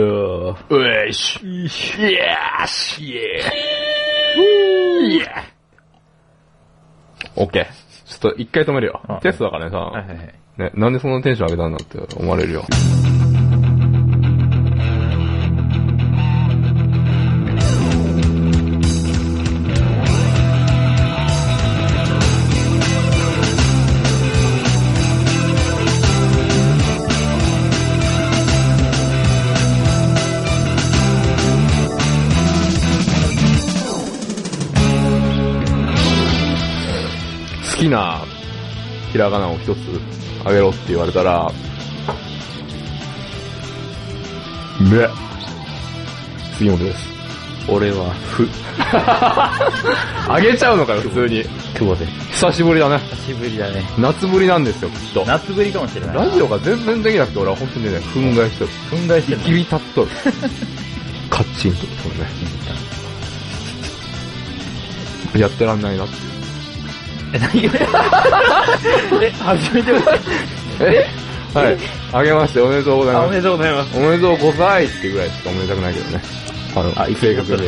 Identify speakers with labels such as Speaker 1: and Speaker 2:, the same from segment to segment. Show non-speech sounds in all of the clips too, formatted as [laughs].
Speaker 1: Uh,
Speaker 2: うえし。イエーし。イエー。イエー。
Speaker 1: オッケー。ちょっと一回止めるよ
Speaker 2: うん。
Speaker 1: テストだからね
Speaker 2: はいは
Speaker 1: さ、
Speaker 2: いはい。
Speaker 1: ね、なんでそんなテンション上げたんだって思われるよ。好きなひらがなを一つあげろって言われたら、ね。杉本です。
Speaker 2: 俺は、
Speaker 1: ふ。あげちゃうのかよ、普通に。
Speaker 2: 久保です。
Speaker 1: 久しぶりだね。
Speaker 2: 久しぶりだね。
Speaker 1: 夏ぶりなんですよ、きっと。
Speaker 2: 夏ぶりかもしれない。
Speaker 1: ラジオが全然できなくて、俺は本当にね、憤慨してる。
Speaker 2: 憤慨して
Speaker 1: 生
Speaker 2: る
Speaker 1: きびたっと [laughs] る。カッチンときてるね。やってらんないなって。
Speaker 2: え、何 [laughs] がえ、初めてだ
Speaker 1: え [laughs] はい。あげまして、おめでとうござい
Speaker 2: あ
Speaker 1: ま
Speaker 2: お
Speaker 1: す
Speaker 2: め。でとうございます。
Speaker 1: おめでとうございってぐらいしかおめでたくないけどね。あの、正確に。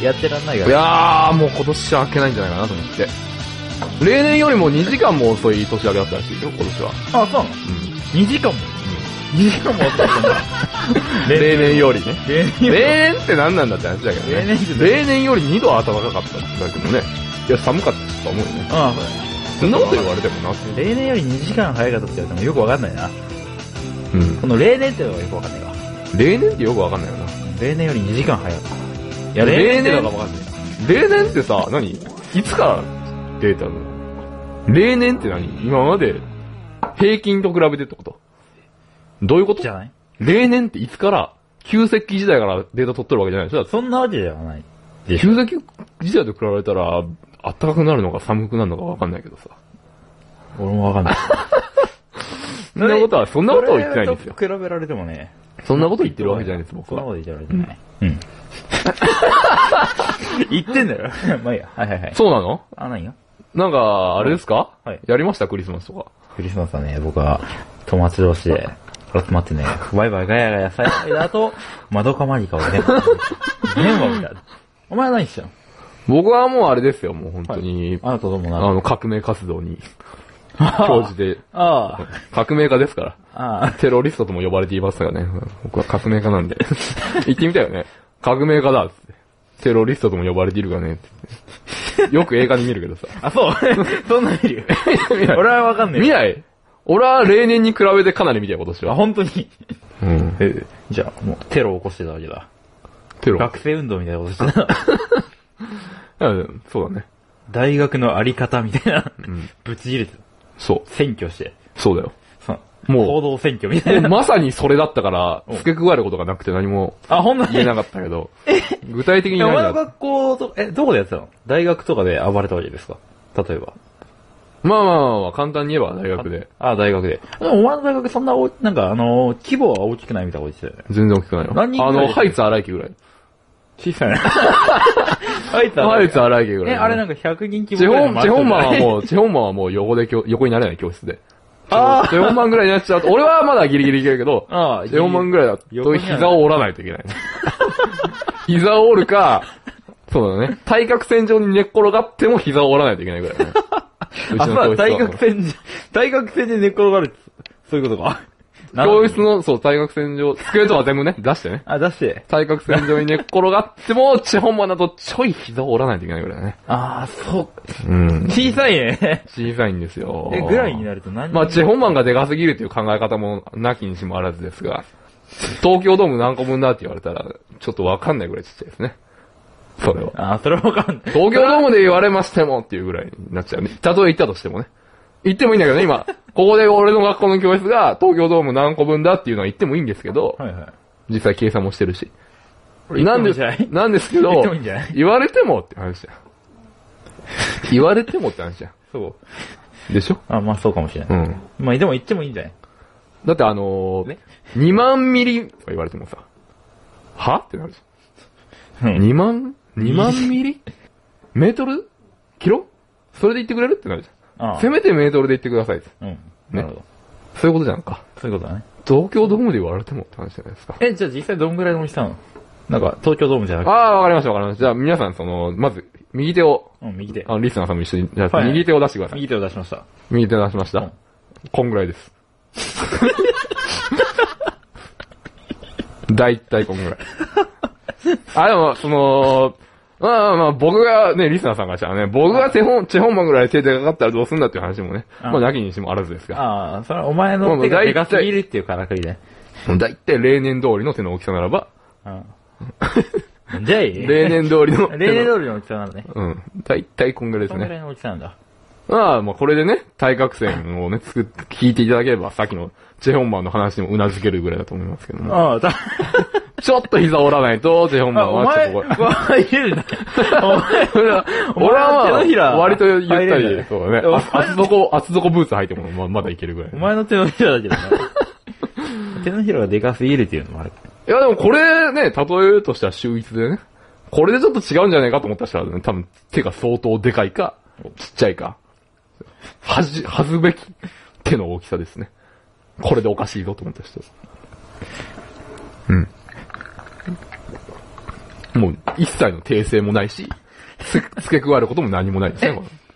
Speaker 1: い。
Speaker 2: [laughs] やってらんないから。
Speaker 1: やー、もう今年は明けないんじゃないかなと思って。例年よりも2時間も遅い年明けだったらしいよ、今年は。
Speaker 2: あ、そうなの
Speaker 1: うん。
Speaker 2: ?2 時間も ?2 時間もあったんだ。
Speaker 1: 例年よりね。
Speaker 2: [laughs] 例年
Speaker 1: 例年って何なんだって話だけどね。
Speaker 2: 例年って
Speaker 1: 例年より2度暖かかったって言われてもね。いや、寒かったと思うよね。
Speaker 2: ああ、そ
Speaker 1: そんなこと言われてもなって。
Speaker 2: うだ例年より2時間早かったって言われてもよくわかんないな。
Speaker 1: うん
Speaker 2: こ。の例年ってのがよくわかんないわ。
Speaker 1: 例年ってよくわかんないよな。
Speaker 2: 例年より2時間早かった。いや、例年ってのがわかんないな。
Speaker 1: 例年ってさ、何いつからデータの例年って何今まで平均と比べてってことどういうこと
Speaker 2: じゃない
Speaker 1: 例年っていつから旧石器時代からデータ取ってるわけじゃないでしょだ
Speaker 2: そんなわけではない。
Speaker 1: って旧石器時代と比べたら、暖かくなるのか寒くなるのかわかんないけどさ。
Speaker 2: 俺もわかんない。
Speaker 1: [laughs] そんなことは、そんなことを言ってないんですよ。
Speaker 2: それと比べられてもね。
Speaker 1: そんなこと言ってるわけじゃないです、
Speaker 2: そ
Speaker 1: 僕
Speaker 2: んなこ
Speaker 1: は。
Speaker 2: と言ってられてない。うん。 [laughs] 言ってんだよ。まあいいや。はいはいはい。
Speaker 1: そうなの
Speaker 2: あ、何が
Speaker 1: なんか、あれですか、
Speaker 2: はい
Speaker 1: やりましたクリスマスとか。
Speaker 2: クリスマスはね、僕は友達同士で集まってね、ワイワイガヤガヤされた後、 [laughs] 窓かまりかを電話 [laughs] 電話みたいな。お前は何してんの
Speaker 1: 僕はもうあれですよ、もう本当に、
Speaker 2: あなたどうも
Speaker 1: あ
Speaker 2: な。
Speaker 1: の、革命活動に、教授で、
Speaker 2: あ
Speaker 1: 革命家ですから。
Speaker 2: あ。ああ。
Speaker 1: テロリストとも呼ばれていますからね。僕は革命家
Speaker 2: [laughs]
Speaker 1: なんで。言ってみたよね。革命家だっつって。テロリストとも呼ばれているがね。つってよく映画に見るけどさ。
Speaker 2: あ、そう。 [laughs] そんな
Speaker 1: [laughs]
Speaker 2: 見る俺はわかんない。
Speaker 1: 見ない俺は例年に比べてかなり見たよ、今年
Speaker 2: あ、
Speaker 1: は。
Speaker 2: 本当に。
Speaker 1: うん。
Speaker 2: え、じゃあ、もうテロを起こしてたわけだ。
Speaker 1: テロ。
Speaker 2: 学生運動みたいなことしてた。 [laughs]
Speaker 1: うんそうだね。
Speaker 2: 大学のあり方みたいな。ぶち切れてた。
Speaker 1: そう。
Speaker 2: 選挙して。
Speaker 1: そう
Speaker 2: [laughs]
Speaker 1: だよ。
Speaker 2: その、
Speaker 1: もう
Speaker 2: 行動選挙みたい
Speaker 1: で
Speaker 2: な。
Speaker 1: まさにそれだったから、付け加えることがなくて何も
Speaker 2: あ、ほんとに
Speaker 1: 言えなかったけど、具体的に
Speaker 2: えお前
Speaker 1: 何
Speaker 2: の
Speaker 1: だ
Speaker 2: 学校と、え、どこでやってたの大学とかで暴れたわけですか例えば。
Speaker 1: まあまあまあまあ、簡単に言えば大学で。
Speaker 2: あ、大学で。でもお前の大学そんな大、なんかあのー規模は大きくないみたいなこと言ってたよね。
Speaker 1: 全然大きくないよ。
Speaker 2: 何人
Speaker 1: あ
Speaker 2: ぐらい
Speaker 1: の、ハイツ荒井家ぐらい。
Speaker 2: 小さい
Speaker 1: [laughs]
Speaker 2: な。あいつは
Speaker 1: ハイツ荒井家ぐらい。
Speaker 2: え、あれなんか100人規
Speaker 1: 地
Speaker 2: 模ぐら
Speaker 1: 方
Speaker 2: い、の
Speaker 1: 地方マン
Speaker 2: 回
Speaker 1: は
Speaker 2: ってたよね
Speaker 1: もう、地方マンはもう横で教、横になれない教室で。
Speaker 2: あー
Speaker 1: 地方マンぐらいになっちゃうと、俺はまだギリギリいけるけど、
Speaker 2: ああ、
Speaker 1: 地方マンぐらいだ
Speaker 2: 横
Speaker 1: と
Speaker 2: になれない
Speaker 1: 膝を折らないといけない。 [laughs] 膝を折るか、そうだね。対角線上に寝っ転がっても膝を折らないといけないぐら
Speaker 2: [laughs]
Speaker 1: いだね。う
Speaker 2: あ、
Speaker 1: ちの教室
Speaker 2: そう
Speaker 1: は
Speaker 2: だ、大学線じ、 [laughs] 大学線で寝っ転がるってそういうこと
Speaker 1: [laughs]
Speaker 2: か。
Speaker 1: 教室の、そう、対角線上、机とか全部ね、出してね。
Speaker 2: あ、出して。
Speaker 1: 対角線上に寝っ転がっても、地方マンだとちょい膝を折らないといけないぐらいだね。
Speaker 2: ああ、そう。
Speaker 1: うん。
Speaker 2: 小さ
Speaker 1: [laughs]
Speaker 2: いね。
Speaker 1: 小さいんですよ。
Speaker 2: え、ぐらいになると何人
Speaker 1: まあ、地方マンがでかすぎるという考え方もなきにしもあらずですが、東京ドーム何個分だって言われたら、ちょっとわかんないぐらいちっちゃいですね。それは。
Speaker 2: ああ、それはわかんない。
Speaker 1: 東京ドームで言われましてもっていうぐらいになっちゃうね。たとえ行ったとしてもね。行ってもいいんだけどね、今。ここで俺の学校の教室が東京ドーム何個分だっていうのは言ってもいいんですけど、
Speaker 2: はいはい。
Speaker 1: 実際計算もしてるし。
Speaker 2: 俺
Speaker 1: なん
Speaker 2: 行ってもいいんじゃな
Speaker 1: で
Speaker 2: い、
Speaker 1: なんですけ
Speaker 2: 行っ
Speaker 1: ど
Speaker 2: てもいいんじゃない、
Speaker 1: 言われてもって話じゃん。言われてもって話じゃ
Speaker 2: そう。
Speaker 1: ん。でしょ
Speaker 2: あ、まあそうかもしれ
Speaker 1: う
Speaker 2: ない。
Speaker 1: ん。
Speaker 2: まあでも行ってもいいんじゃない
Speaker 1: だってあのー
Speaker 2: ね
Speaker 1: 2万ミリとか言われてもさ、はってなるじ
Speaker 2: う
Speaker 1: ゃん。2万、2万ミリメートルキロそれで言ってくれるってなるじゃん。
Speaker 2: ああ
Speaker 1: せめてメートルで言ってくださいって。
Speaker 2: うん。なるほど。
Speaker 1: そういうことじゃんか。
Speaker 2: そういうことだね。
Speaker 1: 東京ドームで言われてもって話じゃないですか。
Speaker 2: え、じゃあ実際どんぐらいの大きさなのなんか、東京ドームじゃな
Speaker 1: あ
Speaker 2: く
Speaker 1: あ、わかりましたわかりました。じゃあ皆さん、その、まず、右手を、
Speaker 2: て、うん、右手
Speaker 1: あ。の、リスナーさんも一緒に、じゃあ
Speaker 2: はい
Speaker 1: 右手を出してください。
Speaker 2: 右手を出しました。
Speaker 1: 右手出しました、
Speaker 2: うん
Speaker 1: こんぐらいです。 [laughs] だいたいこんぐらい。あ、でも、その、まあまあまあ、僕がね、リスナーさんからしたらね、僕が手本、手本番ぐらい手でかかったらどうすんだっていう話もね、
Speaker 2: うん
Speaker 1: まあ、なきにしもあらずですが、
Speaker 2: ああ、それはお前の手がでかすぎるっていうからくりで。
Speaker 1: だいたい例年通りの手の大きさならば、
Speaker 2: うん。じゃあいい
Speaker 1: 例年通りの
Speaker 2: 例 [laughs] 年
Speaker 1: り
Speaker 2: 通りの大きさなんだね。
Speaker 1: うん。だいたいこんぐらいで
Speaker 2: そ
Speaker 1: す
Speaker 2: んぐら
Speaker 1: ね。
Speaker 2: いの大きさなんだ。
Speaker 1: まあまあ、これでね、対角線をね、作って、聞いていただければ、さっきのチェホンマンの話にもうなずけるぐらいだと思いますけども。
Speaker 2: ああ、た、
Speaker 1: ちょっと膝折らないと、ジェホンマン
Speaker 2: お
Speaker 1: はち
Speaker 2: 前、
Speaker 1: ょ
Speaker 2: お
Speaker 1: っとこ
Speaker 2: 前入れるな。お前、
Speaker 1: れ。俺は、
Speaker 2: お前
Speaker 1: 俺は
Speaker 2: 手のひ
Speaker 1: まあ、
Speaker 2: ら
Speaker 1: 割とゆった
Speaker 2: 入れる
Speaker 1: り
Speaker 2: ね、
Speaker 1: そうだね
Speaker 2: お。前
Speaker 1: あ厚底、厚底ブーツ履いても、まあまだいけるぐらい。
Speaker 2: お
Speaker 1: い
Speaker 2: 前の手のひらだけどな。手のひらがでかすぎるっていうのもある。
Speaker 1: やでもこれね、例えるとしたら秀逸でね。これでちょっと違うんじゃないかと思った人はね、多分手が相当でかいか、ちっちゃいか。はじ、はずべき手の大きさですね。これでおかしいぞと思った人。うん。もう、一切の訂正もないし、つ付け加えることも何もないですね、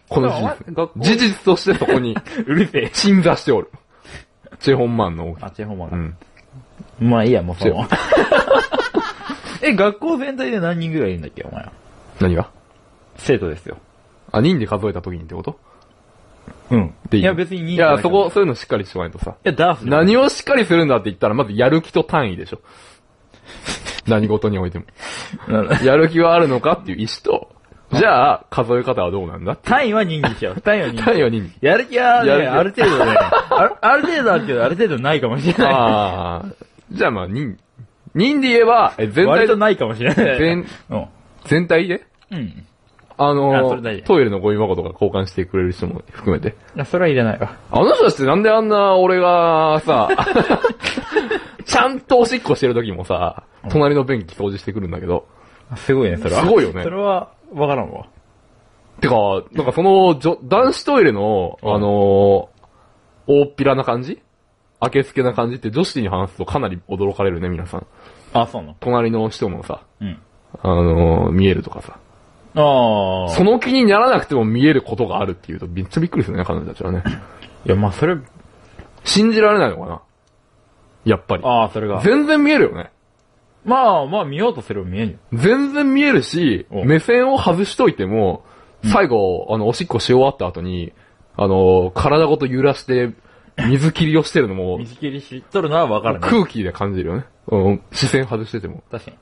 Speaker 1: このこの
Speaker 2: お前
Speaker 1: 事
Speaker 2: 学校
Speaker 1: 実。事実としてそこに、
Speaker 2: うるせえ。
Speaker 1: 鎮座しておる。チェホンマンの大きさ。
Speaker 2: あ、チェホマ
Speaker 1: う
Speaker 2: が。
Speaker 1: ん。
Speaker 2: まあいいや、もうそ
Speaker 1: チェホ
Speaker 2: の。 [laughs] え、学校全体で何人ぐらいいるんだっけ、お前は。
Speaker 1: 何が
Speaker 2: 生徒ですよ。
Speaker 1: あ、人で数えた時にってこと
Speaker 2: うん。
Speaker 1: で
Speaker 2: いや、別に人
Speaker 1: い
Speaker 2: じゃな
Speaker 1: や、
Speaker 2: い
Speaker 1: そ
Speaker 2: と思う
Speaker 1: こ、そういうのしっかりしとかないとさ。
Speaker 2: いや、ダース。
Speaker 1: 何をしっかりするんだって言ったら、まずやる気と単位
Speaker 2: [laughs]
Speaker 1: でしょ。何事においても。やる気はあるのかっていう意思と、じゃあ、数え方はどうなんだ
Speaker 2: 単位は人気しよう。単位は人気。
Speaker 1: 単位は人気。
Speaker 2: やる気はね、
Speaker 1: やる気
Speaker 2: ある程度ね、あるある程度あるけど、ある程度ないかもしれない。
Speaker 1: ああ。じゃあまあ、人、人で言えば、え全
Speaker 2: 割
Speaker 1: 体
Speaker 2: と、ないかもしれない。
Speaker 1: 全、
Speaker 2: うん。
Speaker 1: 全体で
Speaker 2: うん。
Speaker 1: あ
Speaker 2: あそ
Speaker 1: の
Speaker 2: れ大事
Speaker 1: トイレのゴミ箱とか交換してくれる人も含めて。
Speaker 2: いや、それはいらないわ。
Speaker 1: あの人たちってなんであんな俺が
Speaker 2: [laughs]
Speaker 1: さ、ちゃんとおしっこしてる時もさ、隣の便器掃除してくるんだけど、
Speaker 2: すごいね、それは。
Speaker 1: すごいよね
Speaker 2: それは、わからんわ。
Speaker 1: てか、なんかその、じょ男子トイレの、あ
Speaker 2: うん
Speaker 1: のー、大っぴらな感じ明けつけな感じって女子に話すとかなり驚かれるね、皆さん。
Speaker 2: あ、そうなの。
Speaker 1: 隣の人もさ、
Speaker 2: うん。
Speaker 1: あのー、見えるとかさ。
Speaker 2: ああ。
Speaker 1: その気にならなくても見えることがあるっていうと、めっちゃびっくりするね、彼女たちはね。
Speaker 2: いや、まあ、それ、
Speaker 1: 信じられないのかなやっぱり。
Speaker 2: ああ、それが。
Speaker 1: 全然見えるよね。
Speaker 2: まあ、まあ、見ようとすれば見えんよ。
Speaker 1: 全然見えるし、
Speaker 2: うん
Speaker 1: 目線を外しといても、最後、あの、おしっこし終わった後に、あの、体ごと揺らして、水切りをしてるのも、
Speaker 2: 水切りしとるのはわからん、ね。
Speaker 1: 空気で感じるよね。うん、視線外してても。
Speaker 2: 確かに。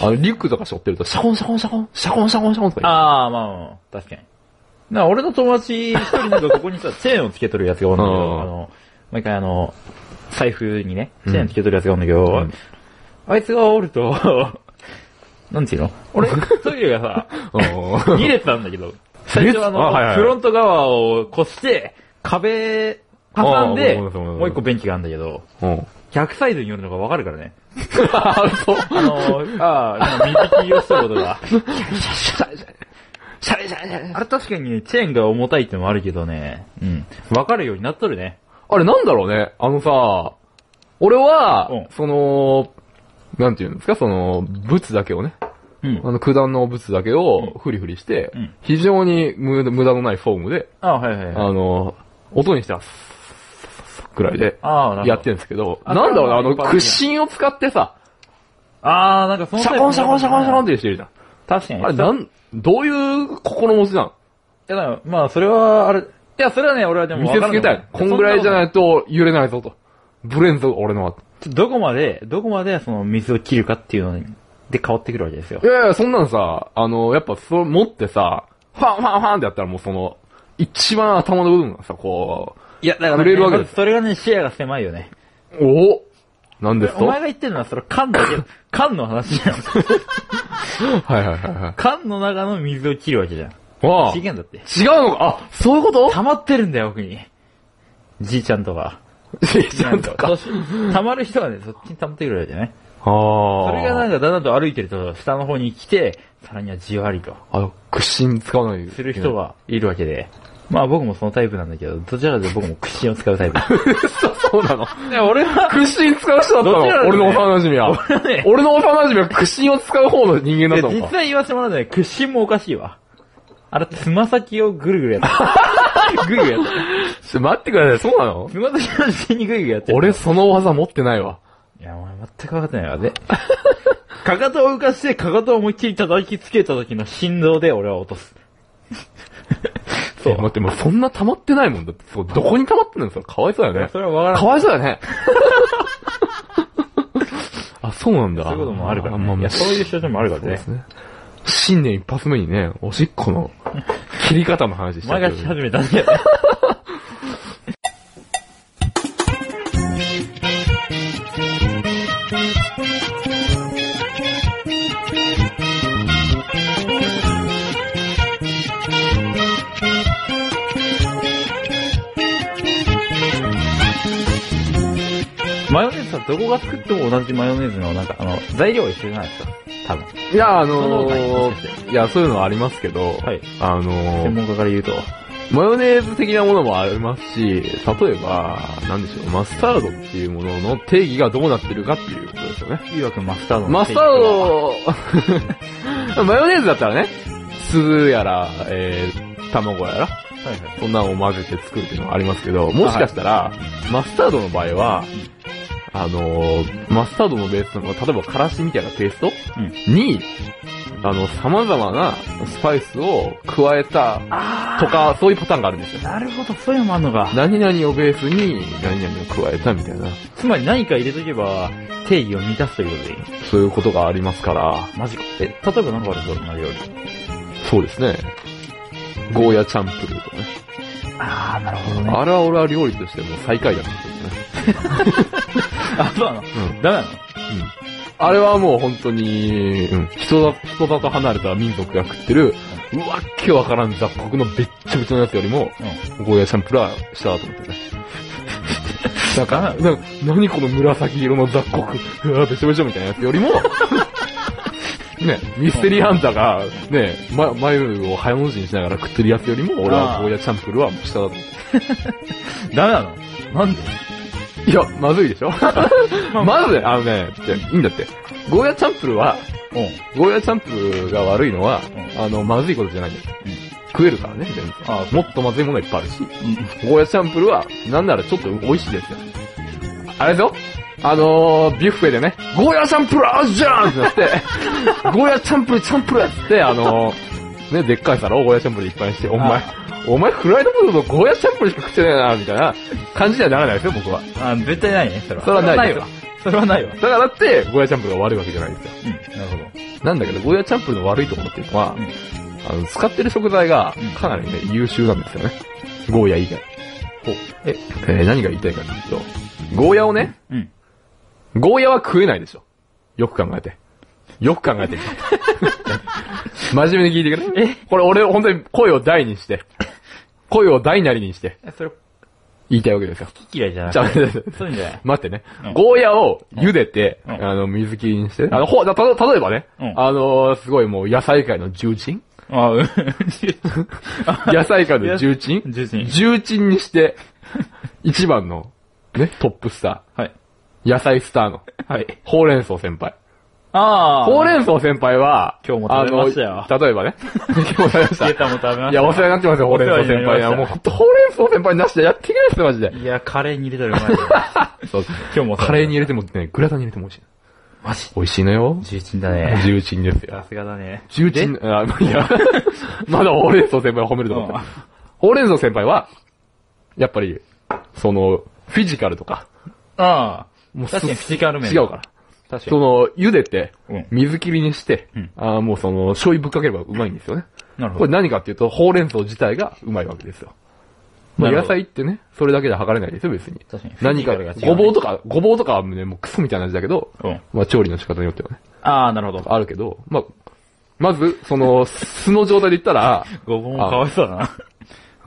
Speaker 1: あの、リュックとか背負ってると、シャコンシャコンシャコン、シャコンシャコンシャコンとか
Speaker 2: ああ、まあまあまあ、確かに。な、俺の友達一人なんかここにさ、 [laughs] チェーンをつけとるやつがおるんだけ
Speaker 1: うん
Speaker 2: ど、あの、毎回あの、財布にね、チェーンつけとるやつがおるんだけど、
Speaker 1: うん
Speaker 2: あいつがおると、 [laughs] なんていうの俺、トイレがさ、
Speaker 1: 言って。 [laughs] うん
Speaker 2: 2列なんだけど、最初はあの、
Speaker 1: あはいはい
Speaker 2: フロント側を越して、壁挟んで、
Speaker 1: あーごめんなさいごめんなさい
Speaker 2: もう一個ベンチがあるんだけど、
Speaker 1: うん。
Speaker 2: 逆サイズによるのがわかるからね。
Speaker 1: あ、そう。
Speaker 2: [laughs] あの、ああ、なんか水切りをしてることが。
Speaker 1: シャレシャレ。シャレシャレシャレ。
Speaker 2: あれ確かにね、チェーンが重たいってのもあるけどね。うん。わかるようになっとるね。
Speaker 1: あれなんだろうね。あのさ、俺は、
Speaker 2: うん
Speaker 1: その、なんていうんですか、その、ブツだけをね、
Speaker 2: うん
Speaker 1: あ。の、九段のブツだけをフリフリして、
Speaker 2: うん
Speaker 1: 非常に無無駄のないフォームで、
Speaker 2: あはいはいはい。
Speaker 1: あの、音にしては、ぐらいで、
Speaker 2: ああ、なるほど
Speaker 1: やってるんですけど、
Speaker 2: あ
Speaker 1: なんだろうね、あ
Speaker 2: 頭がい
Speaker 1: の、
Speaker 2: っぱいあるやん
Speaker 1: 屈伸を使ってさ、
Speaker 2: ああ、なんかその
Speaker 1: シャコンシャコンシャコンシャコンっ
Speaker 2: って。
Speaker 1: てしてるじゃん。
Speaker 2: 確かに。
Speaker 1: あれ、なん、どういう心持ちなの
Speaker 2: いや、だからまあ、それは、あれ、いや、それはね、俺はでも。
Speaker 1: 見せつけたい。こんぐらいじゃないいと揺れないぞと。ブレんぞ、俺のは。
Speaker 2: そんなことどこまで、どこまでその水を切るかっていうので変わってくるわけですよ
Speaker 1: い。やいや、そんなんさ、あの、やっぱ、それ持ってさ、ファンファンファンってやったらもうその、一番頭の部分がさ、こ
Speaker 2: いや、だ
Speaker 1: 触れるわけです
Speaker 2: それがね、視野が狭いよね。
Speaker 1: う、おなんです
Speaker 2: お
Speaker 1: とは
Speaker 2: 前
Speaker 1: い
Speaker 2: が言ってるのは、それ缶だ
Speaker 1: [laughs]
Speaker 2: けど、缶の話じゃん。
Speaker 1: はいはいはい。
Speaker 2: 缶の中の水を切るわけじゃん。
Speaker 1: わあ、
Speaker 2: 資源だって。
Speaker 1: 違うのかあ、そういうこと
Speaker 2: 溜まってるんだよ、奥に。じいちゃんとか。
Speaker 1: じいちゃんとか。
Speaker 2: 年溜まる人はね、そっちに溜まってくるわけね。
Speaker 1: ああ。
Speaker 2: それがなんかだんだんと歩いてると、下の方に来て、さらにはじわりと、
Speaker 1: あの、屈伸使わない。
Speaker 2: する人。がいるわけで。まあ僕もそのタイプなんだけど、どちらかというと僕も屈伸を使う
Speaker 1: [laughs]
Speaker 2: タイプ。
Speaker 1: 嘘 [laughs] そうなの。
Speaker 2: いや、俺は、
Speaker 1: 屈伸使う人だったの
Speaker 2: どちらだね
Speaker 1: 俺の幼馴染は。
Speaker 2: 俺はね、
Speaker 1: 俺の幼馴染は屈伸を使う方の人間だ
Speaker 2: い
Speaker 1: っ
Speaker 2: や
Speaker 1: たの
Speaker 2: 実
Speaker 1: か。
Speaker 2: 際言わせてもらうとね、屈伸もおかしいわ。あれ、つま先をぐるぐるやって
Speaker 1: [laughs]
Speaker 2: る。ぐるぐるやってる。
Speaker 1: ちょ待ってください、そうなの
Speaker 2: つま先の下にぐるぐるやってる。
Speaker 1: 俺その技持ってないわ。
Speaker 2: いや、お前全く分かってないわ。で、かかとを浮かして、かかとを思いっきり叩きつけた時の振動で俺は落とす。
Speaker 1: そう。待って、もうそんな溜まってないもんだって。そう、どこに溜まってんのそれかわいそうだよね。
Speaker 2: それは分からない
Speaker 1: か。わいそうだ
Speaker 2: [laughs]
Speaker 1: ね。あ、そうなんだ。
Speaker 2: そういうこともあるから、
Speaker 1: まあ
Speaker 2: ね。い
Speaker 1: まあ
Speaker 2: や、そういう症状もあるから
Speaker 1: そうで
Speaker 2: ね
Speaker 1: す。ね。新年一発目にね、おしっこの切り方の話し
Speaker 2: お
Speaker 1: た
Speaker 2: 前が
Speaker 1: け
Speaker 2: し
Speaker 1: ど、
Speaker 2: 始めたんだよね。マヨネーズはどこが作っても同じマヨネーズの、なんか、あの、材料は一緒じゃないですか多分。
Speaker 1: いや、あ
Speaker 2: その
Speaker 1: の
Speaker 2: 他に
Speaker 1: ー、いや、そういうのはありますけど、
Speaker 2: はい
Speaker 1: あのー
Speaker 2: 専門家から言うと。
Speaker 1: マヨネーズ的なものもありますし、例えば、なんでしょう、マスタードっていうものの定義がどうなってるかっていうことですよね。
Speaker 2: いわくマスタードの
Speaker 1: マスタード、 [laughs] マヨネーズだったらね、酢やら、えー、卵やら、
Speaker 2: はいはい。
Speaker 1: そんなのを混ぜて作るっていうのがありますけど、もしかしたら、マスタードの場合は、あのーマスタードのベースの、例えばからしみたいなペースト
Speaker 2: うん。
Speaker 1: に、あの、様々なスパイスを加えた
Speaker 2: あ
Speaker 1: とか、そういうパターンがあるんですよ
Speaker 2: ー、。なるほど、そういうのもあんのか。
Speaker 1: 何々をベースに何々を加えたみたいな、
Speaker 2: つまり何か入れとけば、定義を満たすということでいい。
Speaker 1: そういうことがありますから、
Speaker 2: マジか。え、例えば何かあるぞ、そんな料理。
Speaker 1: そうですね。ゴーヤチャンプルーとかね。
Speaker 2: あー、なるほどあ、
Speaker 1: あれは俺は料理としてもう最下位だと思ってるね。
Speaker 2: あそうなの、
Speaker 1: ん
Speaker 2: ダメ
Speaker 1: う
Speaker 2: なの
Speaker 1: ん。あれはもう本当に、うん、人だ、人だと離れた民族が食ってる、うわっけわからん雑穀のべっちゃべちゃのやつよりも、
Speaker 2: う
Speaker 1: ゴーヤチャンプルーは下だと思ってるね。なんか、なんか何この紫色の雑穀、うわ、べちょべちょみたいなやつよりも、 [laughs] ね、ミステリーハンターが、ね、ま、眉を早文字にしながら食ってるやつよりも、俺は
Speaker 2: あー
Speaker 1: ゴーヤチャンプルーはもう下だと思って
Speaker 2: ん。ダメなのなんで
Speaker 1: る。いや、まずいで
Speaker 2: [laughs]
Speaker 1: しょまずい、あのね、いやいいんだって。ゴーヤチャンプルーは、
Speaker 2: うん。
Speaker 1: ゴーヤチャンプルーが悪いのは、
Speaker 2: うん
Speaker 1: あの、まずいことじゃないんだよ。
Speaker 2: うん
Speaker 1: 食えるからね、全然。
Speaker 2: あー
Speaker 1: もっとまずいものいっぱいあるし。ゴーヤチャンプルーは、なんならちょっと美味しいですよ。あれですよあのー、ビュッフェでね、ゴーヤチャンプルーじゃんってな
Speaker 2: [laughs]
Speaker 1: って、ゴーヤチャンプルーチャンプルーっつって、あのー、ね、でっかい皿をゴーヤチャンプルーいっぱいにして、お前
Speaker 2: あ、
Speaker 1: お前フライドポテトとゴーヤチャンプルーしか食ってないな、みたいな感じにはならないですよ、僕は。
Speaker 2: あー、絶対ないね、それは。
Speaker 1: それはない
Speaker 2: わ。それはないわ。
Speaker 1: だからって、ゴーヤチャンプルーが悪いわけじゃないんですよ。
Speaker 2: うん。なるほど。
Speaker 1: なんだけど、ゴーヤチャンプルーの悪いところっていうのは、あの、使ってる食材が
Speaker 2: うん、
Speaker 1: かなりね、優秀なんですよね。ゴーヤ以外。
Speaker 2: ほう。
Speaker 1: え、えー何が言いたいかというと、ゴーヤをね、
Speaker 2: うん。
Speaker 1: ゴーヤは食えないでしょ。よく考えて。よく考えて
Speaker 2: [laughs]
Speaker 1: みて。真面目に聞いてくれ。えこれ俺、本当に声を大にして、声を大なりにして、
Speaker 2: え、それ、
Speaker 1: 言いたいわけですよ。
Speaker 2: 嫌いじゃな
Speaker 1: ちゃ
Speaker 2: くて。
Speaker 1: う
Speaker 2: そういうんじゃない
Speaker 1: 待ってね
Speaker 2: うん。
Speaker 1: ゴーヤを茹でて、
Speaker 2: うん
Speaker 1: あの、水切りにして、あの、ほ、たと、例えばね、
Speaker 2: うん
Speaker 1: あのーすごいもう野菜界の重
Speaker 2: [laughs]
Speaker 1: 鎮
Speaker 2: あー、うん。
Speaker 1: 野菜界の重鎮
Speaker 2: 重鎮。
Speaker 1: 重鎮にして、一番の、ね、トップスタ
Speaker 2: はい。
Speaker 1: ー、野菜スターの、
Speaker 2: はい。
Speaker 1: ほうれん草先輩。
Speaker 2: あー。
Speaker 1: ほう
Speaker 2: ん
Speaker 1: れん草先輩は、
Speaker 2: 今日も食べましたよ
Speaker 1: あの例えばね。 [laughs] 今日も食べまし
Speaker 2: データ
Speaker 1: た。
Speaker 2: も食べま
Speaker 1: い
Speaker 2: した
Speaker 1: や、お世話になってますよ、ほうれん草先輩
Speaker 2: お世話になりました
Speaker 1: は。もうほんと、ほうれん草先輩なしでやっていけないですよ、マジで。
Speaker 2: いや、カレーに入れたらうまいよ。
Speaker 1: そう
Speaker 2: [laughs] 今日も
Speaker 1: カレーに入
Speaker 2: れ
Speaker 1: れてもね、グラタンに入れても美味しい。
Speaker 2: マジ
Speaker 1: 美味しいのよ。
Speaker 2: 重鎮だ [laughs] ね。
Speaker 1: 重鎮ですよ
Speaker 2: さ。すがだね。
Speaker 1: 重鎮、あ、まあいいや。 [laughs] まだほうれん草先輩を褒めると思った
Speaker 2: うん
Speaker 1: ほうれん草先輩は、やっぱり、その、フィジカルとか、
Speaker 2: ああ。
Speaker 1: もう
Speaker 2: 確かにフィジカル面。
Speaker 1: 違うから。。
Speaker 2: 確か
Speaker 1: そ
Speaker 2: に。
Speaker 1: の、茹でて
Speaker 2: うん、
Speaker 1: 水切りにして、
Speaker 2: うん
Speaker 1: あーもうその、醤油ぶっかければうまいんですよね。
Speaker 2: なる
Speaker 1: こ
Speaker 2: ほ
Speaker 1: れ
Speaker 2: ど。
Speaker 1: 何かっていうと、ほうれん草自体がうまいわけですよ。まあ、
Speaker 2: なる
Speaker 1: 野
Speaker 2: ほど
Speaker 1: 菜ってね、それだけでは測れないですよ、別に。
Speaker 2: 確かに
Speaker 1: 何か
Speaker 2: フィジカルが違う、ね
Speaker 1: ごぼうとか、ごぼうとかはね、もうクソみたいな味だけど、
Speaker 2: うん。
Speaker 1: まあ、調理の仕方によってはね、
Speaker 2: ああ、なるほど。
Speaker 1: あるけど、まあ、まず、その、素の状態で言ったら、
Speaker 2: ごぼうもかわいそうだな。うん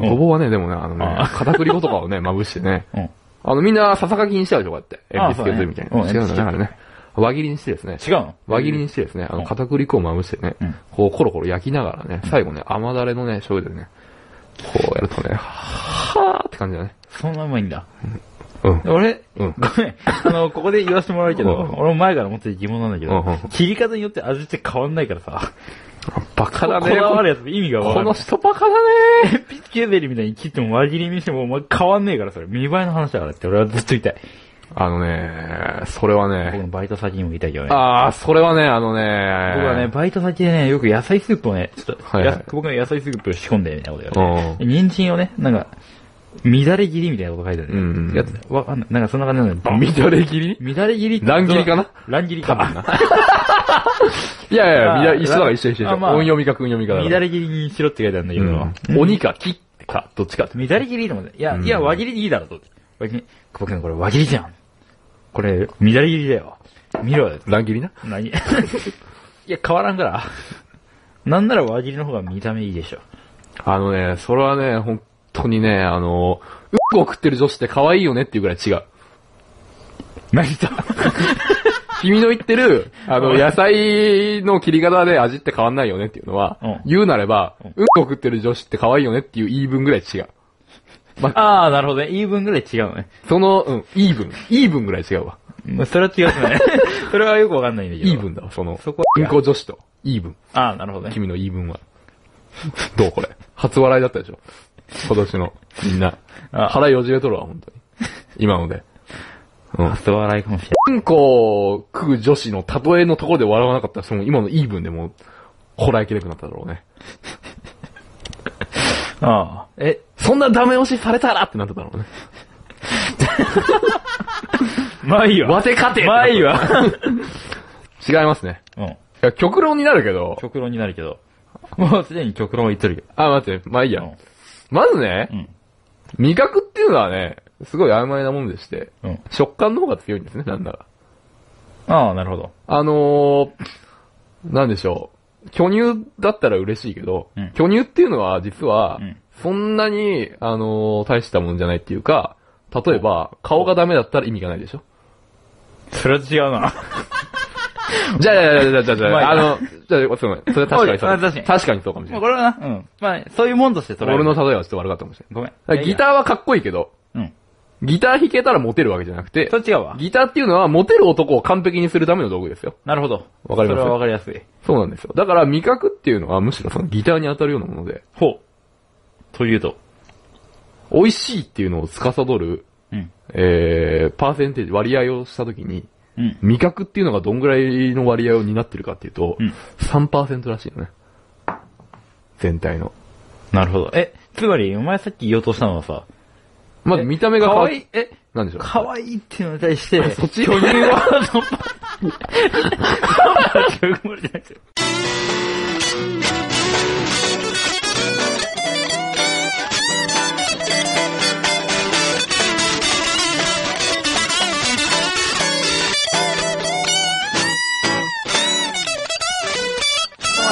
Speaker 1: ごぼうはね、でもね、あのね
Speaker 2: あ、
Speaker 1: 片栗粉とかをね、まぶしてね、
Speaker 2: うん。
Speaker 1: あの、みんな、ささかきにしちゃうでしょ、こうやって。
Speaker 2: ああ
Speaker 1: 鉛筆削るみたいな。
Speaker 2: そうね
Speaker 1: 違
Speaker 2: うん
Speaker 1: うんだね、あれね。輪切りにしてですね。
Speaker 2: 違うの
Speaker 1: 輪切りにしてですね、あ
Speaker 2: う
Speaker 1: の、
Speaker 2: ん
Speaker 1: 片栗粉をまぶしてね
Speaker 2: うん、
Speaker 1: こう、コロコロ焼きながらね、最後ね、甘だれのね、醤油でね、こうやるとね、はーって感じだね。
Speaker 2: そんなうまいんだ。
Speaker 1: うん。
Speaker 2: 俺、
Speaker 1: うん
Speaker 2: ごめん。あの、ここで言わせてもらうけど、
Speaker 1: うん
Speaker 2: 俺も前から持ってる疑問なんだけど、
Speaker 1: うんうん
Speaker 2: 切り方によって味って変わんないからさ、
Speaker 1: バカだ
Speaker 2: こ
Speaker 1: ね。
Speaker 2: だわるやつ意味がわか
Speaker 1: こ
Speaker 2: んな
Speaker 1: の
Speaker 2: い。
Speaker 1: 人バカだね。
Speaker 2: 鉛筆削りみたいに切っても輪切りにしても、ま変わんねえから、それ。見栄えの話だからって、俺はずっと言いたい。
Speaker 1: あのね、それは
Speaker 2: 僕
Speaker 1: ね、
Speaker 2: のバイト先にも言いたいけどね。
Speaker 1: あー、それはね、あのね、
Speaker 2: 僕はね、バイト先でね、よく野菜スープをね、ちょっと、
Speaker 1: はいはい
Speaker 2: や僕の野菜スープを仕込んで、みたいなこと
Speaker 1: う
Speaker 2: よ。
Speaker 1: ん。
Speaker 2: 人参をね、なんか、乱れ切りみたいなこと書いてあるね。
Speaker 1: うんうん
Speaker 2: やつわかんない。なんかそんな感じなんだよ。
Speaker 1: 乱れ切り
Speaker 2: 乱れ切りって
Speaker 1: 乱切りかな
Speaker 2: 乱切りか。
Speaker 1: いやいや
Speaker 2: あ
Speaker 1: いや、
Speaker 2: ー
Speaker 1: 一緒だから一緒一緒一緒。
Speaker 2: あまあ
Speaker 1: 音読みか訓読みかだ
Speaker 2: 乱
Speaker 1: から。
Speaker 2: れ切りにしろって書いてあるんだけど、
Speaker 1: うん。鬼か木か、どっちかって。
Speaker 2: 乱れ切りでもね、いや、いや、輪切りでいいだろ、と。輪切り、久保君これ輪切りじゃん。これ、乱れ切りだよ。見ろよ。
Speaker 1: 乱切りな。
Speaker 2: 何 [laughs] いや、変わらんから。なんなら輪切りの方が見た目いいでしょ。
Speaker 1: あのね、それはね、本当にね、あの、うんこを食ってる女子って可愛いよねっていうぐらい違う。
Speaker 2: 何と
Speaker 1: 君の言って
Speaker 2: [laughs]
Speaker 1: る、あ
Speaker 2: う
Speaker 1: の、
Speaker 2: ん
Speaker 1: 野菜の切り方で味って変わんないよねっていうのは、
Speaker 2: うん
Speaker 1: 言うなれば、う
Speaker 2: う
Speaker 1: んんこ食ってる女子って可愛いよねっていう言い分ぐらい違う。
Speaker 2: [laughs] ああ、なるほどね。言い分ぐらい違うのね。
Speaker 1: その、うん、言い分。言い分ぐらい違うわ。
Speaker 2: まあそれは違うっすね。 [laughs] それはよくわかんないんだけど。
Speaker 1: 言い分だわ、その、
Speaker 2: そこ
Speaker 1: うんこ女子と、言い分。
Speaker 2: ああ、なるほどね。
Speaker 1: 君の言い分は。 [laughs] どうこれ。初笑いだったでしょ。今年の、みんな。
Speaker 2: あ
Speaker 1: 腹よじれとるわ、本当に。今ので。うん。
Speaker 2: 初笑いかもしれ
Speaker 1: うんこを食う女子の例えのところで笑わなかったら、その今の言い分でもう、こらえきれなくなっただろうね。
Speaker 2: ない。ああ。え、
Speaker 1: そんなダメ押しされたらってなっただろうね。
Speaker 2: まあいいわ。
Speaker 1: わてかて
Speaker 2: まあいいわ。
Speaker 1: 違いますね。
Speaker 2: うん。
Speaker 1: いや、極論になるけど、
Speaker 2: 極論になるけど。もうすでに極論を言ってるよ。
Speaker 1: あ、待って、まあいいや。
Speaker 2: う
Speaker 1: まずね、
Speaker 2: ん。
Speaker 1: 味覚っていうのはね、すごい曖昧なもんでして、
Speaker 2: うん。うん。
Speaker 1: 食感の方が強いんですね、なんなら。
Speaker 2: ああ、なるほど。
Speaker 1: あのー、なんでしょう。巨乳だったら嬉しいけど、
Speaker 2: うん
Speaker 1: 巨乳っていうのは実は
Speaker 2: うん、
Speaker 1: そんなに、あのー大したもんじゃないっていうか、例えば、顔がダメだったら意味がないでしょ。
Speaker 2: それは違うな。
Speaker 1: じゃあ、じゃあ、じゃあ、じゃあ、じ
Speaker 2: うまい
Speaker 1: ゃあ、あの、じゃあ、すみません。それは確かに
Speaker 2: おいあ確
Speaker 1: そ
Speaker 2: かに
Speaker 1: う。確かにそうかもし
Speaker 2: [laughs] ま
Speaker 1: れ
Speaker 2: あ
Speaker 1: な
Speaker 2: こ
Speaker 1: い。
Speaker 2: れはな、うん。まあ、そういうもんとして捉え
Speaker 1: 俺
Speaker 2: る。
Speaker 1: の例えはちょっと悪かったかもしれない。
Speaker 2: ごめん
Speaker 1: だから。ギターはかっこいいけど、
Speaker 2: ーうん。
Speaker 1: ギター弾けたらモテるわけじゃなくて
Speaker 2: そ、れ違うわ。
Speaker 1: ギターっていうのはモテる男を完璧にするための道具ですよ。
Speaker 2: なるほど。
Speaker 1: わかります
Speaker 2: それはわかりやすい。
Speaker 1: そうなんですよ。だから味覚っていうのはむしろそのギターに当たるようなもので、
Speaker 2: ほう。というと。
Speaker 1: 美味しいっていうのを司る、
Speaker 2: うん。
Speaker 1: えー、パーセンテージ、割合をしたときに、
Speaker 2: うん。
Speaker 1: 味覚っていうのがどんぐらいの割合を担ってるかっていうと、
Speaker 2: うん
Speaker 1: 3%らしいよね。全体の。
Speaker 2: なるほど。え、つまり、お前さっき言おうとしたのはさ、
Speaker 1: まず見た目が
Speaker 2: かわ
Speaker 1: い
Speaker 2: いい、え、
Speaker 1: なんでしょう。
Speaker 2: かわいいっていうのに対して、
Speaker 1: そっち巨乳は、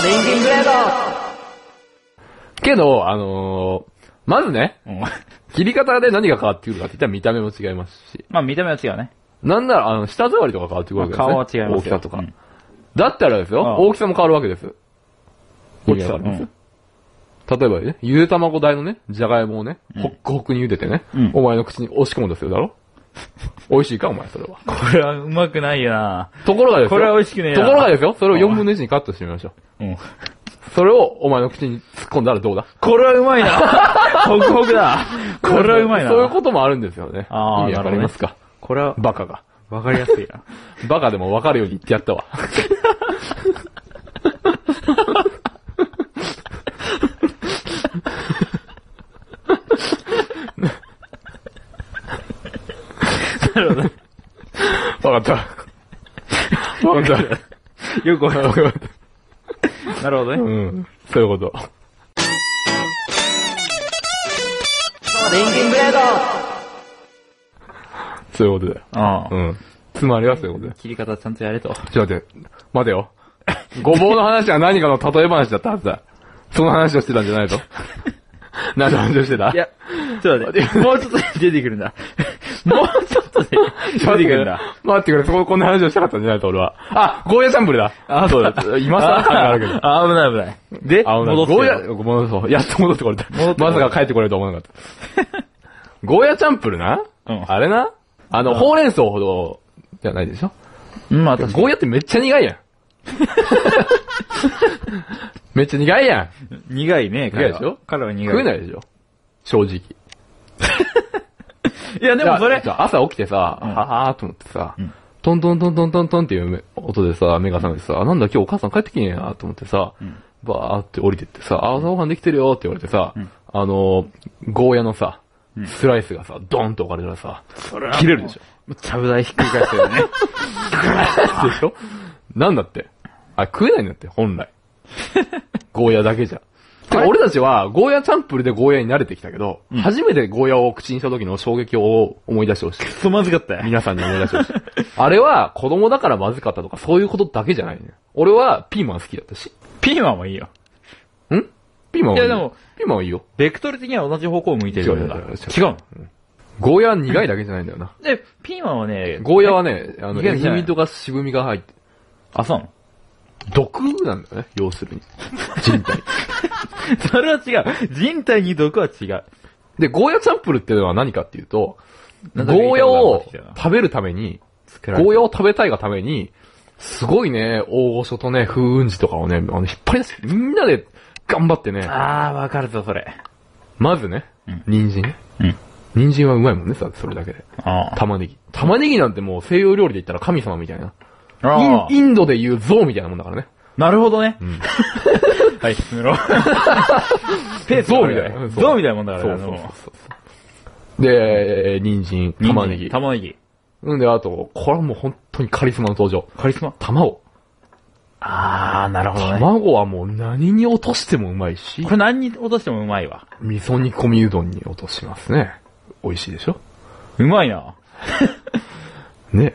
Speaker 2: レンゲングレード
Speaker 1: けど、あのー、まずね、
Speaker 2: うん
Speaker 1: 切り方で何が変わってくるかって言ったら見た目も違いますし、
Speaker 2: まあ見た目は違うね。
Speaker 1: なんなら、あの、舌触りとか変わってくる
Speaker 2: ま
Speaker 1: わ
Speaker 2: あ
Speaker 1: けですね。
Speaker 2: 顔は違いますよ。
Speaker 1: 大きさとか。
Speaker 2: うん
Speaker 1: だったらですよ、
Speaker 2: ああ
Speaker 1: 大きさも変わるわけです。
Speaker 2: 大きさ
Speaker 1: 意味わかります例えばね、ゆで卵大のね、じゃがいもをね、ほっくほくに茹でてね、
Speaker 2: うん
Speaker 1: お前の口に押し込むとするだろ [laughs] 美味しいか、お前、それは。
Speaker 2: これはうまくないよな
Speaker 1: ところがですよ。
Speaker 2: これは美味しくねえな
Speaker 1: ところがですよ、それを4分の1にカットしてみましょう。
Speaker 2: うん。
Speaker 1: それをお前の口に突っ込んだらどうだ
Speaker 2: これはうまいなホクホクだこれはうまいな
Speaker 1: そういうこともあるんですよね。
Speaker 2: ああ
Speaker 1: 意味わかりますか、
Speaker 2: これは、
Speaker 1: バカが。
Speaker 2: わかりやすいな。
Speaker 1: バカでもわかるように言ってやったわ。
Speaker 2: なるほど。
Speaker 1: わかった。わかった。
Speaker 2: よくわか
Speaker 1: わかった。
Speaker 2: る。なるほどね。
Speaker 1: うん。そういうこと。そういうことだよ。
Speaker 2: ああ
Speaker 1: うん。つまりはそういうことだよ。
Speaker 2: 切り方ちゃんとやれと。
Speaker 1: ちょっと待って、待てよ。ごぼうの話は何かの例え話だったはずだ。その話をしてたんじゃないと。何の話をしてた
Speaker 2: いや、ちょっと待って、もうちょっとで出てくるんだ。もうちょっとで出て
Speaker 1: 待ってく
Speaker 2: くるん
Speaker 1: れ
Speaker 2: だ。。
Speaker 1: 待ってくれ、そこ、こんな話をしたかったんじゃないと俺は。あ、ゴーヤチャンプルだ。
Speaker 2: あ
Speaker 1: そうだ。今更感があるけど。
Speaker 2: あ、危ない危ない。で、
Speaker 1: あ、
Speaker 2: 戻って
Speaker 1: ゴーヤ
Speaker 2: よ、
Speaker 1: 戻そう。やっと戻ってこれた。
Speaker 2: 戻ってこれ
Speaker 1: ま
Speaker 2: た
Speaker 1: さか帰ってこれると思わなかった。ゴーヤチャンプルな、
Speaker 2: うん
Speaker 1: あれなあの、ほうれん草ほど、じゃないでしょ
Speaker 2: うん、まあ確かに
Speaker 1: ゴーヤってめっちゃ苦い
Speaker 2: [laughs]
Speaker 1: やん。めっちゃ苦いやん。
Speaker 2: 苦いね、彼は。
Speaker 1: 苦いでしょ
Speaker 2: 彼は苦い。
Speaker 1: 食えないでしょ正直。
Speaker 2: いや、でもそれ
Speaker 1: い、や朝起きてさ、
Speaker 2: うん
Speaker 1: はあーと思ってさ、
Speaker 2: うん
Speaker 1: トントントントントントンっていう音でさ、目が覚めてさ、あなんだ今日お母さん帰ってきねえやと思ってさ、バーって降りてってさ、あ朝ごはんできてるよって言われてさ、あのー、ゴーヤのさ、スライスがさ、ドンと置かれたらさ、 [laughs] 切れるでしょ。
Speaker 2: ょ。ちゃぶ台ひっくり返すよね。
Speaker 1: でしょなんだって。あ、食えないんだって、本
Speaker 2: [laughs]
Speaker 1: 来。ゴーヤだけじゃ。てか俺たちは、ゴーヤチャンプルでゴーヤに慣れてきたけど、初めてゴーヤを口にした時の衝撃を思い出してほしい。
Speaker 2: そう、まずかったよ。
Speaker 1: 皆さんに思い出してほしい。あれは子供だからまずかったとかそういうことだけじゃないね。俺はピーマン好きだったし。
Speaker 2: ピーマンもいいよ。
Speaker 1: んピーマンはいい。
Speaker 2: いやでも、
Speaker 1: ピーマンはいいよ。
Speaker 2: ベクトル的には同じ方向を向いてるよ
Speaker 1: 違う
Speaker 2: だから
Speaker 1: 違う違
Speaker 2: 違うの。
Speaker 1: ゴーヤは苦いだけじゃないんだよな。
Speaker 2: で、ピーマンはね、
Speaker 1: ゴーヤはね、あの、
Speaker 2: 苦
Speaker 1: え
Speaker 2: いじ
Speaker 1: ぐ
Speaker 2: ゃない
Speaker 1: みとか渋みが入って、
Speaker 2: あ、そうなの
Speaker 1: 毒なんだよね、要するに。人体。
Speaker 2: それは違う。人体に毒は違う。
Speaker 1: で、ゴーヤチャンプルっていうのは何かっていうと、
Speaker 2: なんか聞いた
Speaker 1: ゴーヤを
Speaker 2: ことあるな
Speaker 1: 食べるために、
Speaker 2: 作られた
Speaker 1: ゴーヤを食べたいがために、すごいね、大御所とね、風雲児とかをね、あの、引っ張り出して、みんなで頑張ってね、
Speaker 2: あー、わかるぞ、それ。
Speaker 1: まずね、人参ね。
Speaker 2: うん。
Speaker 1: 人参はうまいもんね、さそれだけで。
Speaker 2: あ
Speaker 1: 玉ねぎ。玉ねぎなんてもう西洋料理で言ったら神様みたいな。
Speaker 2: あ
Speaker 1: インインドで言う象みたいなもんだからね。
Speaker 2: なるほどね。 [laughs] はい、進めろ。 [laughs] ペースが
Speaker 1: ゾ
Speaker 2: 悪
Speaker 1: ウみたいなうんそう
Speaker 2: ゾウみたいなもんだか
Speaker 1: そ
Speaker 2: ら
Speaker 1: う
Speaker 2: ね、
Speaker 1: そう
Speaker 2: も
Speaker 1: そうそう。で、えー人参、
Speaker 2: う
Speaker 1: 玉ねぎ。
Speaker 2: 玉ねぎ。
Speaker 1: うんで、あと、これはもう本当にカリスマの登場。
Speaker 2: カリスマ。
Speaker 1: 卵。
Speaker 2: あー、なるほどね。
Speaker 1: 卵はもう何に落としてもうまいし
Speaker 2: こ、れ何に落としてもうまいわ。
Speaker 1: 味噌煮込みうどんに落としますね。美味しいでしょ
Speaker 2: うまいな。
Speaker 1: ね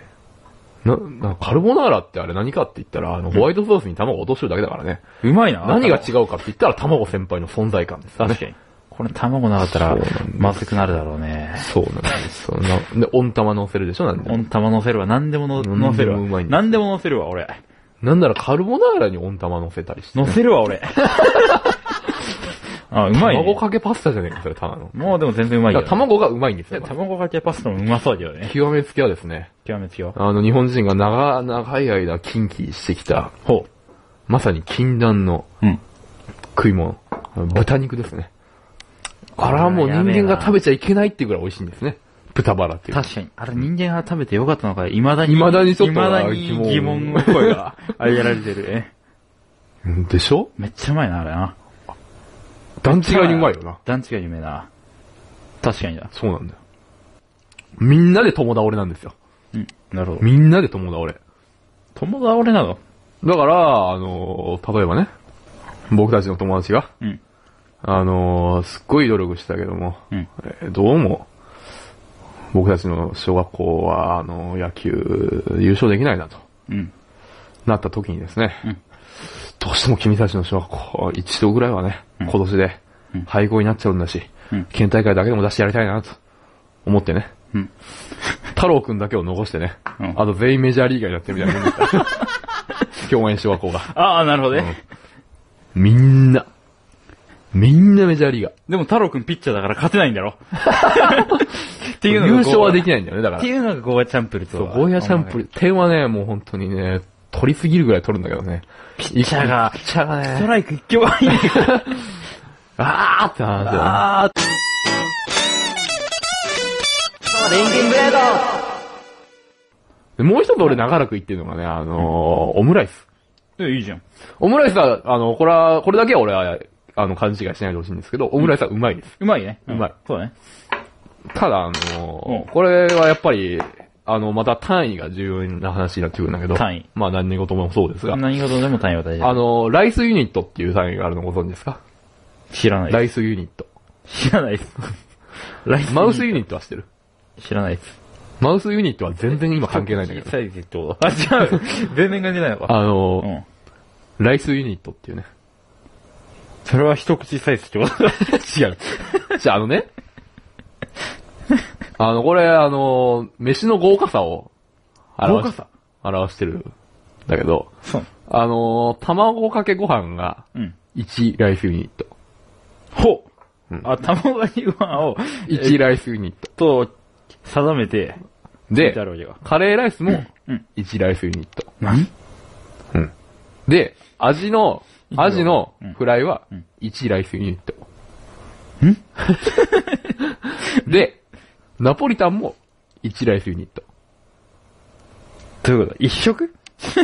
Speaker 1: な、な、カルボナーラってあれ何かって言ったら、あの、ホワイトソースに卵落としてるだけだからね。
Speaker 2: うまいな。
Speaker 1: 何が違うかって言ったら、卵先輩の存在感ですよね
Speaker 2: 確。かに。これ卵なかったら
Speaker 1: そうなんだ、
Speaker 2: まずくなるだろうね。
Speaker 1: そうなんです。そんな、で、温玉乗せるでしょなんで。
Speaker 2: 温玉乗せるわ。何でもの乗せ
Speaker 1: 何で
Speaker 2: る
Speaker 1: もう
Speaker 2: わ
Speaker 1: まい。んだ
Speaker 2: 何でも乗せるわ、俺。
Speaker 1: なんならカルボナーラに温玉乗せたりして。
Speaker 2: 乗せるわ、 [laughs] 俺。あ、うまいね。
Speaker 1: 卵かけパスタじゃねえか、それ、ただの。
Speaker 2: もうでも全然うまい
Speaker 1: だ
Speaker 2: よ
Speaker 1: から。卵がうまいんですよ。
Speaker 2: 卵かけパスタもうまそうだけどね。
Speaker 1: 極めつけはですね、
Speaker 2: 極めつよ。
Speaker 1: あの、日本人が長、長い間、禁忌してきた、
Speaker 2: ほ
Speaker 1: まさに禁断の
Speaker 2: う。うん。
Speaker 1: 食い物。豚肉ですね。あれはもう人間が食べちゃいけないっていうぐらい美味しいんですね。豚バラっていう。
Speaker 2: 確かに。あれ人間が食べてよかったのか、未だに。
Speaker 1: 未だにちょっと
Speaker 2: 未だに疑
Speaker 1: 疑
Speaker 2: 問
Speaker 1: 問
Speaker 2: の声が、あれやられてるね。
Speaker 1: うんでしょ
Speaker 2: めっちゃうまいな、あれな。
Speaker 1: 段違いにうまいよな。
Speaker 2: 段違い有名な。確かにだ。
Speaker 1: そうなんだよ。みんなで友倒れなんですよ。
Speaker 2: うん。なるほど。
Speaker 1: みんなで友倒れ。
Speaker 2: 友倒れなの
Speaker 1: だから、あの、例えばね、僕たちの友達が、
Speaker 2: うん。
Speaker 1: あの、すっごい努力したけども、
Speaker 2: うん。
Speaker 1: えーどうも、僕たちの小学校は、あの、野球、優勝できないなと、
Speaker 2: うん。
Speaker 1: なった時にですね、
Speaker 2: うん
Speaker 1: どうしても君たちの小学校、一度ぐらいはね、
Speaker 2: ん
Speaker 1: 今年で
Speaker 2: うん、
Speaker 1: 廃校になっちゃうんだし、
Speaker 2: うん
Speaker 1: 県大会だけでも出してやりたいなと、思ってね、
Speaker 2: うん。
Speaker 1: 太郎くんだけを残してね、
Speaker 2: うん
Speaker 1: あと全員メジャーリーガーになってるみたいなもんだ
Speaker 2: [laughs]
Speaker 1: った。共演小学校が。
Speaker 2: ああ、なるほどね。
Speaker 1: みんな。みんなメジャーリーガー。
Speaker 2: でも太郎くんピッチャーだから勝てないんだ [laughs] ろ。っていうのが
Speaker 1: 優勝はで
Speaker 2: き
Speaker 1: きないんだよね、だから
Speaker 2: って。いうのがゴーヤチャンプルと
Speaker 1: そう
Speaker 2: は。
Speaker 1: ゴーヤチャンプル、点はね、もう本当にね、取りすぎるぐらい取るんだけどね。ピッ
Speaker 2: チャーが
Speaker 1: ピッチャーが
Speaker 2: スト
Speaker 1: ね、
Speaker 2: ライク一挙はいいね。
Speaker 1: あーって話だよね。
Speaker 2: あー。レンゲンブレード
Speaker 1: でもう一つ俺長らく言ってるのがね、あのー、オムライス。
Speaker 2: いいじゃん。
Speaker 1: オムライスは、あの、これは、これだけは俺は、あの、勘違いしないでほしいんですけど、オムライスはうまいです。
Speaker 2: うまいね。
Speaker 1: うまい。
Speaker 2: そうだね。
Speaker 1: ただ、あの
Speaker 2: うん
Speaker 1: ー、これはやっぱり、あの、また単位が重要な話になってくるんだけど、
Speaker 2: 単位
Speaker 1: まあ何事もそうですが、
Speaker 2: 何事でも単位は大事
Speaker 1: あ
Speaker 2: だ。
Speaker 1: の、ライスユニットっていう単位があるのご存知ですか
Speaker 2: 知らない
Speaker 1: ラ
Speaker 2: で
Speaker 1: イスユニット。
Speaker 2: す。知らないです。ライス
Speaker 1: マウスユニットはしてる
Speaker 2: 知らないです。
Speaker 1: マウスユニットは全然今関係ないんだけど
Speaker 2: 小。さいってことあ、違 [laughs] う。全然関係ないのか。
Speaker 1: あの
Speaker 2: う、ん。
Speaker 1: ライスユニットっていうね。
Speaker 2: それは一口サイズってこと違う。
Speaker 1: [laughs] じゃあ、あのね。あの、これ、あの、飯の豪華さを
Speaker 2: 豪
Speaker 1: 表
Speaker 2: 華
Speaker 1: し
Speaker 2: さ
Speaker 1: 表してるんだけど、
Speaker 2: そう。
Speaker 1: あの、卵かけご飯が
Speaker 2: うん。
Speaker 1: 1ライスユニット。
Speaker 2: ほう
Speaker 1: うん
Speaker 2: あ、卵かけご飯を、
Speaker 1: 1ライスユニット。
Speaker 2: と、定めて、
Speaker 1: で
Speaker 2: で、あるわけが。
Speaker 1: カレーライスも
Speaker 2: うん。
Speaker 1: 1ライスユニット。
Speaker 2: 何
Speaker 1: で、味の、アジのフライは
Speaker 2: うん
Speaker 1: 1ライスユニット。
Speaker 2: ん
Speaker 1: で、ナポリタンも1ライスユニット。
Speaker 2: どういうこと一食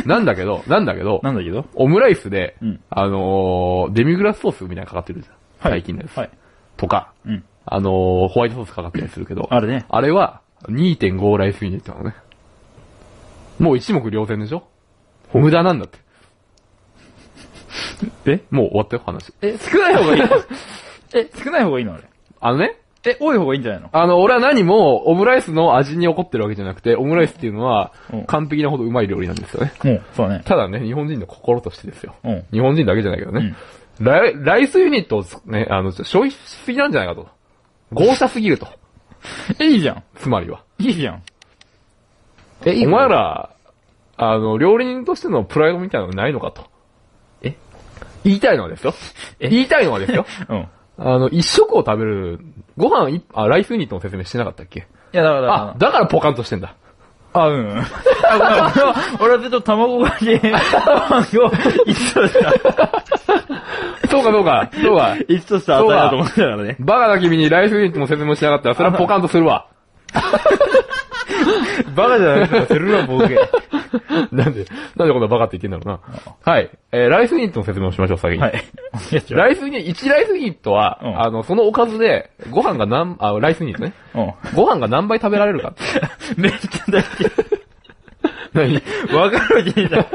Speaker 1: なんだけど、なんだけ
Speaker 2: [laughs]
Speaker 1: ど、
Speaker 2: なんだけど
Speaker 1: オムライスで、
Speaker 2: うん
Speaker 1: あのーデミグラスソースみたいなのかかってるじゃん。最近のやつ。
Speaker 2: はい。
Speaker 1: とか、
Speaker 2: うん。
Speaker 1: あのーホワイトソースかかってたりするけど、
Speaker 2: あれね。
Speaker 1: あれは2.5ライスユニットなのね。もう一目瞭然でしょ無駄なんだって。
Speaker 2: え
Speaker 1: もう終わったよ、話。
Speaker 2: え、少ない方がいいえ、少ない方がいいのあれ。
Speaker 1: [laughs] あのね、
Speaker 2: え、多い方がいいんじゃないの
Speaker 1: あの、俺は何もオムライスの味に怒ってるわけじゃなくて、オムライスっていうのは
Speaker 2: うん
Speaker 1: 完璧なほどうまい料理なんですよね。
Speaker 2: うん、そうだね。
Speaker 1: ただね、日本人の心としてですよ。
Speaker 2: うん。
Speaker 1: 日本人だけじゃないけどね。ライライスユニットをつね、あの、ちょ消費しすぎなんじゃないかと。豪奢すぎると。
Speaker 2: え、いいじゃん。
Speaker 1: つまりは。
Speaker 2: いいじゃん。
Speaker 1: え、お前ら、あの、料理人としてのプライドみたいなのないのかと。
Speaker 2: え
Speaker 1: 言いたいのはですよ。言いたいのは [laughs] ですよ。
Speaker 2: うん。い
Speaker 1: あの、一食を食べる、ご飯一、あ、ライスユニットの説明してなかったっけ
Speaker 2: や、だから、
Speaker 1: あ、だからポカンとしてんだ。
Speaker 2: あ、うん。あ、俺は、 [laughs] 俺はずっと卵かけ、卵を一とした、
Speaker 1: そうかそうか、そう [laughs] か。
Speaker 2: 一とした値だと思ってたからね。
Speaker 1: バカな君にライフユニットも説明もしなかったら、それはポカンとするわ。
Speaker 2: バカじゃなくて、するわ、ボケ。
Speaker 1: なんで、なんでこんなバカって言ってんだろうな。はい。えーライスユニットの説明をしましょう、先に。
Speaker 2: はい。
Speaker 1: ライスユニット、1ライスユニットは、
Speaker 2: うん
Speaker 1: あの、そのおかずで、ご飯が何、あ、ライスユニットね。
Speaker 2: う
Speaker 1: ご飯が何倍食べられるか。
Speaker 2: ん。めっちゃ大
Speaker 1: 何
Speaker 2: 事。わかるわけねえじゃん。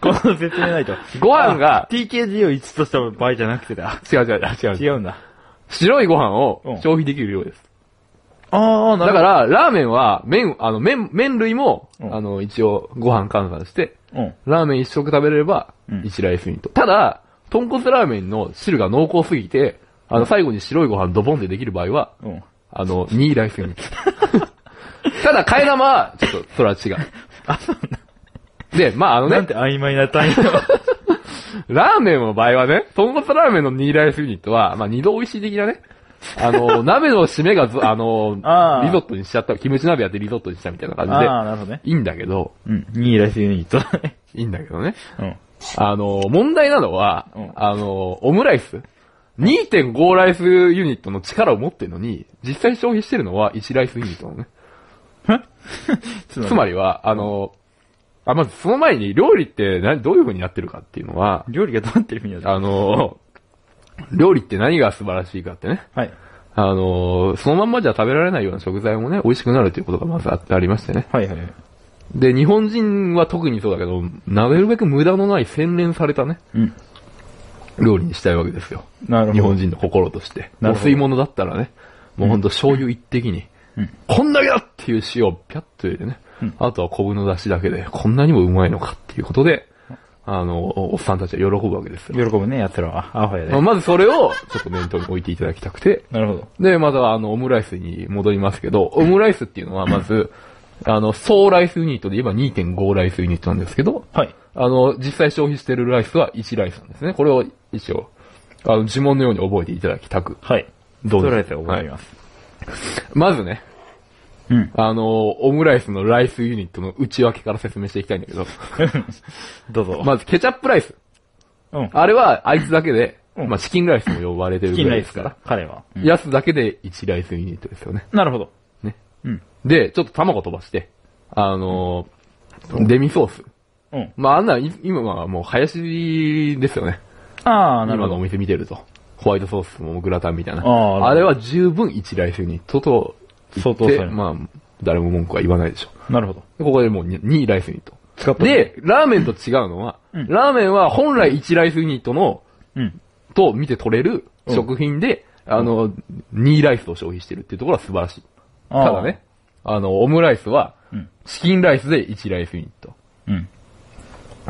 Speaker 2: この説明ないと。
Speaker 1: ご飯が、
Speaker 2: TKG を1とした場合じゃなくてだ。
Speaker 1: 違う違う違う違う。
Speaker 2: 違うんだ。
Speaker 1: 白いご飯を
Speaker 2: うん
Speaker 1: 消費できる量です。
Speaker 2: ああ、な
Speaker 1: だ
Speaker 2: るほど。
Speaker 1: から、ラーメンは、麺、あの、麺、麺類も、
Speaker 2: うん
Speaker 1: あの、一応、ご飯換算して、
Speaker 2: うん。
Speaker 1: ラーメン一食食べれれば
Speaker 2: うん、
Speaker 1: 一ライスにと。ただ、豚骨ラーメンの汁が濃厚すぎて、あの、最後に白いご飯ドボンでできる場合は、
Speaker 2: うん。
Speaker 1: あの、2ライスにと。 [laughs] ただ、替え玉は、ちょっと、それは違う。
Speaker 2: [laughs] あ、そうなんだ。
Speaker 1: で、まあ、あの
Speaker 2: なん
Speaker 1: ね、
Speaker 2: て曖昧な単 [laughs] 位だ。
Speaker 1: ラーメンの場合はね、豚骨ラーメンの2ライスユニットは、まあ、二度美味しい的なね、あの、
Speaker 2: [laughs]
Speaker 1: 鍋の締めがず、あの、
Speaker 2: あー
Speaker 1: リゾットにしちゃった、キムチ鍋やってリゾットにしたみたいな感じで、
Speaker 2: ああ、なるほどね。
Speaker 1: いいんだけど、
Speaker 2: うん。2位らしいユニットだね。
Speaker 1: いいんだけどね。
Speaker 2: うん。
Speaker 1: あの、問題なのは、
Speaker 2: うん
Speaker 1: あの、オムライス。2.5ライスユニットの力を持ってるのに、実際消費してるのは1ライスユニットなのね。
Speaker 2: つ
Speaker 1: つまりは、あの、あ、まずその前に料理って何、どういう風になってるかっていうのは、
Speaker 2: 料理がどうなってるみたいだ。
Speaker 1: あの、料理って何が素晴らしいかってね。
Speaker 2: はい。
Speaker 1: あの、そのまんまじゃ食べられないような食材もね、美味しくなるということがまずあありましてね。
Speaker 2: はいはい。
Speaker 1: で、日本人は特にそうだけど、なるべく無駄のない洗練されたね、
Speaker 2: うん。
Speaker 1: 料理にしたいわけですよ。
Speaker 2: なるほど。
Speaker 1: 日本人の心として。お
Speaker 2: なるほど
Speaker 1: 吸い物だったらね、もうほんと醤油一滴に、
Speaker 2: うん
Speaker 1: こんだけだっていう塩をピャッと入れてね、
Speaker 2: うん
Speaker 1: あとは昆布の出汁だけで、こんなにもうまいのかっていうことで、あの、おおっさんたちは喜ぶわけですよ。
Speaker 2: 喜ぶね、やつらは。アホやで
Speaker 1: まあ。まずそれを、ちょっと念頭に置いていただきたくて、
Speaker 2: なるほど。
Speaker 1: で、またあの、オムライスに戻りますけ
Speaker 2: [laughs]
Speaker 1: ど、オムライスっていうのはまず、あの、総ライスユニットで言えば2.5ライスユニットなんですけど、
Speaker 2: はい。
Speaker 1: あの、実際消費してるライスは1ライスなんですね。これを一応、あの、呪文のように覚えていただきたく。
Speaker 2: はい。
Speaker 1: どうぞ
Speaker 2: とりあえず覚えます。
Speaker 1: まずね、
Speaker 2: うん。
Speaker 1: あの、オムライスのライスユニットの内訳から説明していきたいんだけど、
Speaker 2: [laughs] どうぞ。
Speaker 1: まずケチャップライス。
Speaker 2: うん。
Speaker 1: あれはあいつだけで、
Speaker 2: うん
Speaker 1: まあチキンライスも呼ばれてる
Speaker 2: チキ
Speaker 1: ぐ
Speaker 2: ン
Speaker 1: ら
Speaker 2: ラ
Speaker 1: い
Speaker 2: イ
Speaker 1: で
Speaker 2: ス
Speaker 1: す
Speaker 2: か
Speaker 1: からら。、
Speaker 2: 彼は。うん
Speaker 1: やつだけで1ライスユニットですよね。
Speaker 2: なるほど。
Speaker 1: ね。
Speaker 2: うん。
Speaker 1: で、ちょっと卵飛ばして、あの、デミソース。
Speaker 2: うん。
Speaker 1: まああんなんい今はもう林ですよね。
Speaker 2: ああ、なる
Speaker 1: 今
Speaker 2: ほ
Speaker 1: のお
Speaker 2: ど。
Speaker 1: 店見てると。ホワイトソースもグラタンみたいな。
Speaker 2: あー
Speaker 1: あれは十分1ライスユニットと言
Speaker 2: 相
Speaker 1: っ
Speaker 2: 当そう
Speaker 1: て、
Speaker 2: やね
Speaker 1: まあ、誰も文句は言わないでしょ。
Speaker 2: なるほど。
Speaker 1: ここでもう 2, ライスユニット。
Speaker 2: 使った
Speaker 1: で、ラーメンと違うのは、
Speaker 2: うん
Speaker 1: ラーメンは本来1ライスユニットの、
Speaker 2: うん。
Speaker 1: と見て取れる食品で、あの、2ライスを消費してるっていうところは素晴らしい。
Speaker 2: あー
Speaker 1: ただね、あの、オムライスは
Speaker 2: うん、
Speaker 1: チキンライスで1ライスユニット。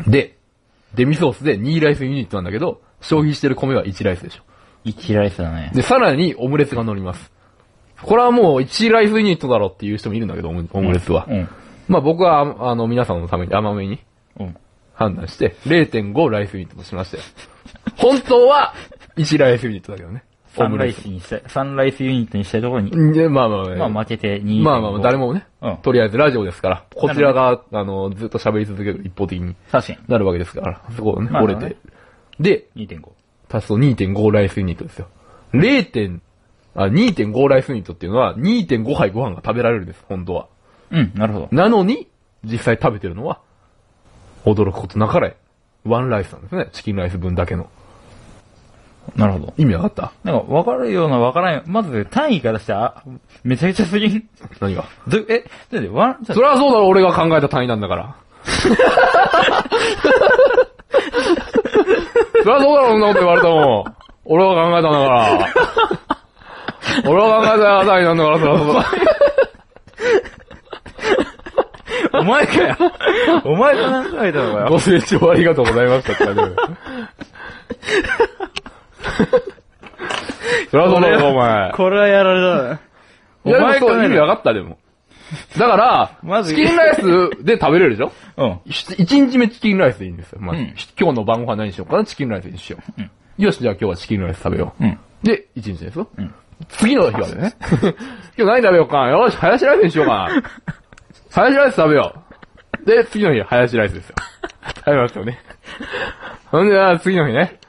Speaker 2: うん。
Speaker 1: で、デミソースで2ライスユニットなんだけど、消費してる米は1ライスでしょ。
Speaker 2: 一ライスだね。
Speaker 1: で、さらにオムレスが乗ります。これはもう1ライスユニットだろっていう人もいるんだけど、オムオムレスは。
Speaker 2: うん。
Speaker 1: まあ僕は、ああの、皆さんのために甘めに
Speaker 2: うん。
Speaker 1: 判断して、0.5ライスユニットとしましたよ。本当は1ライスユニットだけどね。
Speaker 2: サンライ
Speaker 1: オ
Speaker 2: スにしたい、サンライスユニットにしたいところに、
Speaker 1: ムレス。で、まあまあまあ。
Speaker 2: まあ負けて2。
Speaker 1: まあまあまあ、誰。もね、
Speaker 2: うん
Speaker 1: とりあえずラジオですから、こちら
Speaker 2: な
Speaker 1: が、あの、ずっと喋り続ける一方的に
Speaker 2: 確か
Speaker 1: なるわけですから、そこをね、
Speaker 2: まあ
Speaker 1: 折れて。で、
Speaker 2: に。2.5。
Speaker 1: 足すと2.5ライスユニットですよ。0. 点あ、2.5ライスユニットっていうのは2.5杯ご飯が食べられるんです、本当は。
Speaker 2: うん、なるほど。
Speaker 1: なのに、実際食べてるのは、驚くことなかれ、ワンライスなんですね。チキンライス分だけの。
Speaker 2: なるほど。
Speaker 1: 意味わかった
Speaker 2: なんか、分かるような分からんような。まず、単位からして、あ、めちゃくちゃすぎん。
Speaker 1: 何が
Speaker 2: ど、え、だって、ワン、
Speaker 1: [laughs]
Speaker 2: じゃ
Speaker 1: そりゃそうだろ、俺が考えた単位なんだから。 [laughs] そりゃそうだろ、そんなこと言われたもん。俺が考えたんだから。俺が考えた単位なんだから、そりゃそうだ。
Speaker 2: お前か [laughs] よ。お前が何回だろうよ。
Speaker 1: ご清聴ありがとうございましたって感じだ [laughs] よそりゃそうだろ、お前。
Speaker 2: これはやられたな。
Speaker 1: いや、でもそう、
Speaker 2: ね
Speaker 1: 意味わかった、でも。だ [laughs] から、
Speaker 2: まず
Speaker 1: チキンライスで食べれるでしょ
Speaker 2: うん。
Speaker 1: ひ一日目チキンライスでいいんですよ。まあ
Speaker 2: うん
Speaker 1: 今日の晩ご飯何しようかな、チキンライスにしよう。よし、じゃあ今日はチキンライス食べよう。
Speaker 2: うん
Speaker 1: で、一日ですよ。次の日はね、 [laughs] 今日何食べようかな。よし、ハヤシライスにしようかな。ハヤシライス食べよう。で、次の日はハヤシライスですよ。食べますよね。ほんで、あー次の日ね。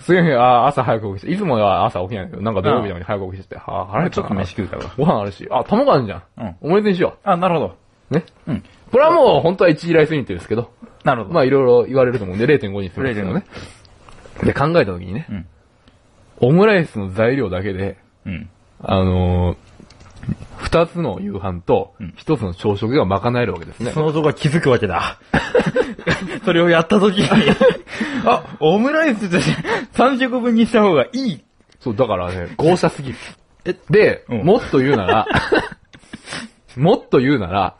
Speaker 1: 次の日はあー朝早く起きて、いつもは朝起きないんだけど、なんか土曜日なのに早く起きてて、あー腹減った
Speaker 2: ちょっと
Speaker 1: な
Speaker 2: 飯食うから。
Speaker 1: ご飯あるし、あ、卵あるじゃん。
Speaker 2: うん
Speaker 1: おめでにしよ
Speaker 2: あ、なるほど。
Speaker 1: う。ね。
Speaker 2: うん。
Speaker 1: これはもう本当は1ライスユニットですけど、
Speaker 2: なるほど。
Speaker 1: まあいろいろ言われると思うんで0.5にするんですけどね。で、考えた時にね、
Speaker 2: うん
Speaker 1: オムライスの材料だけで、
Speaker 2: うん。
Speaker 1: あのー、二つの夕飯と
Speaker 2: うん
Speaker 1: 一つの朝食が賄えるわけですね
Speaker 2: そ。の男が気づくわけだ。 [laughs] それをやった時に、 [laughs] あ、オムライスじゃ3食分にした方がいい。
Speaker 1: そう、だからね、豪奢すぎる。
Speaker 2: え
Speaker 1: で、
Speaker 2: うん
Speaker 1: もっと言うな
Speaker 2: [laughs]
Speaker 1: ら、もっと言うなら、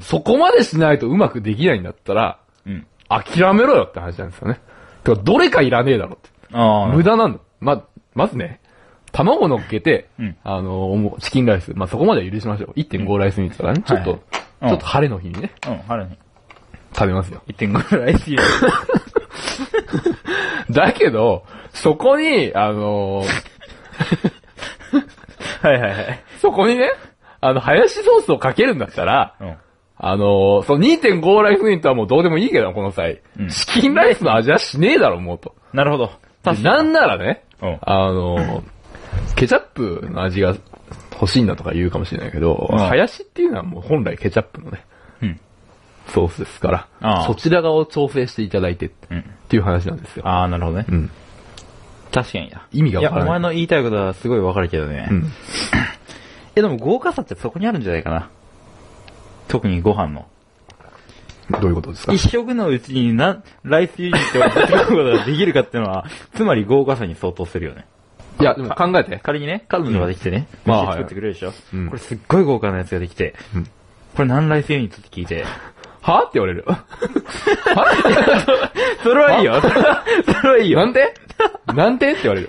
Speaker 1: そこまでしないとうまくできないんだったら、
Speaker 2: うん。
Speaker 1: 諦めろよって話なんですよね。てか、どれかいらねえだろって。
Speaker 2: あ
Speaker 1: 無駄なんだ。ま、まずね、卵乗っけて、
Speaker 2: うん
Speaker 1: あの、おもチキンライス。まあ、そこまでは許しましょう。1.5ライスにしたらね、ちょっと、
Speaker 2: はいうん
Speaker 1: ちょっと晴れの日にね、
Speaker 2: あ。うん、あるね。
Speaker 1: 食べますよ。
Speaker 2: 1.5ライスよ。
Speaker 1: だけど、そこに、あの、
Speaker 2: [laughs] はいはいはい。
Speaker 1: そこにね、あの、ハヤシソースをかけるんだったら、
Speaker 2: うん。
Speaker 1: あの、その2.5ライスにとはもうどうでもいいけど、この際。
Speaker 2: うん
Speaker 1: チキンライスの味はしねえだろ、もうと。
Speaker 2: なるほど。
Speaker 1: でなんならね、
Speaker 2: うん
Speaker 1: あの、ケチャップの味が欲しいんだとか言うかもしれないけど、
Speaker 2: うん
Speaker 1: ハヤシっていうのはもう本来ケチャップのね、
Speaker 2: うん
Speaker 1: ソースですから、
Speaker 2: ああ
Speaker 1: そちら側を調整していただいてっ
Speaker 2: うん。
Speaker 1: ていう話なんですよ。
Speaker 2: ああ、なるほどね
Speaker 1: う。ん。
Speaker 2: 確かにだ。
Speaker 1: 意味がわからない
Speaker 2: いや、お前の言いたいことはすごいわかるけどね。
Speaker 1: うん。
Speaker 2: え、でも豪華さってそこにあるんじゃないかな。特にご飯の。
Speaker 1: どういうことですか
Speaker 2: 一食のうちに何、ライスユニットをぶち込むことができるかっていうのは、つまり豪華さに相当するよね。
Speaker 1: いや、でも考えて。
Speaker 2: 仮にね、彼女ができてね、
Speaker 1: うん
Speaker 2: 飯
Speaker 1: まあ
Speaker 2: 作ってくれるでしょ、
Speaker 1: うん
Speaker 2: これすっごい豪華なやつができて、
Speaker 1: うん
Speaker 2: これ何ライスユニットって聞
Speaker 1: [laughs]
Speaker 2: いて、
Speaker 1: はぁって言われる。
Speaker 2: それはいいよ [laughs] それはいいよ
Speaker 1: なんてなんてって言われる。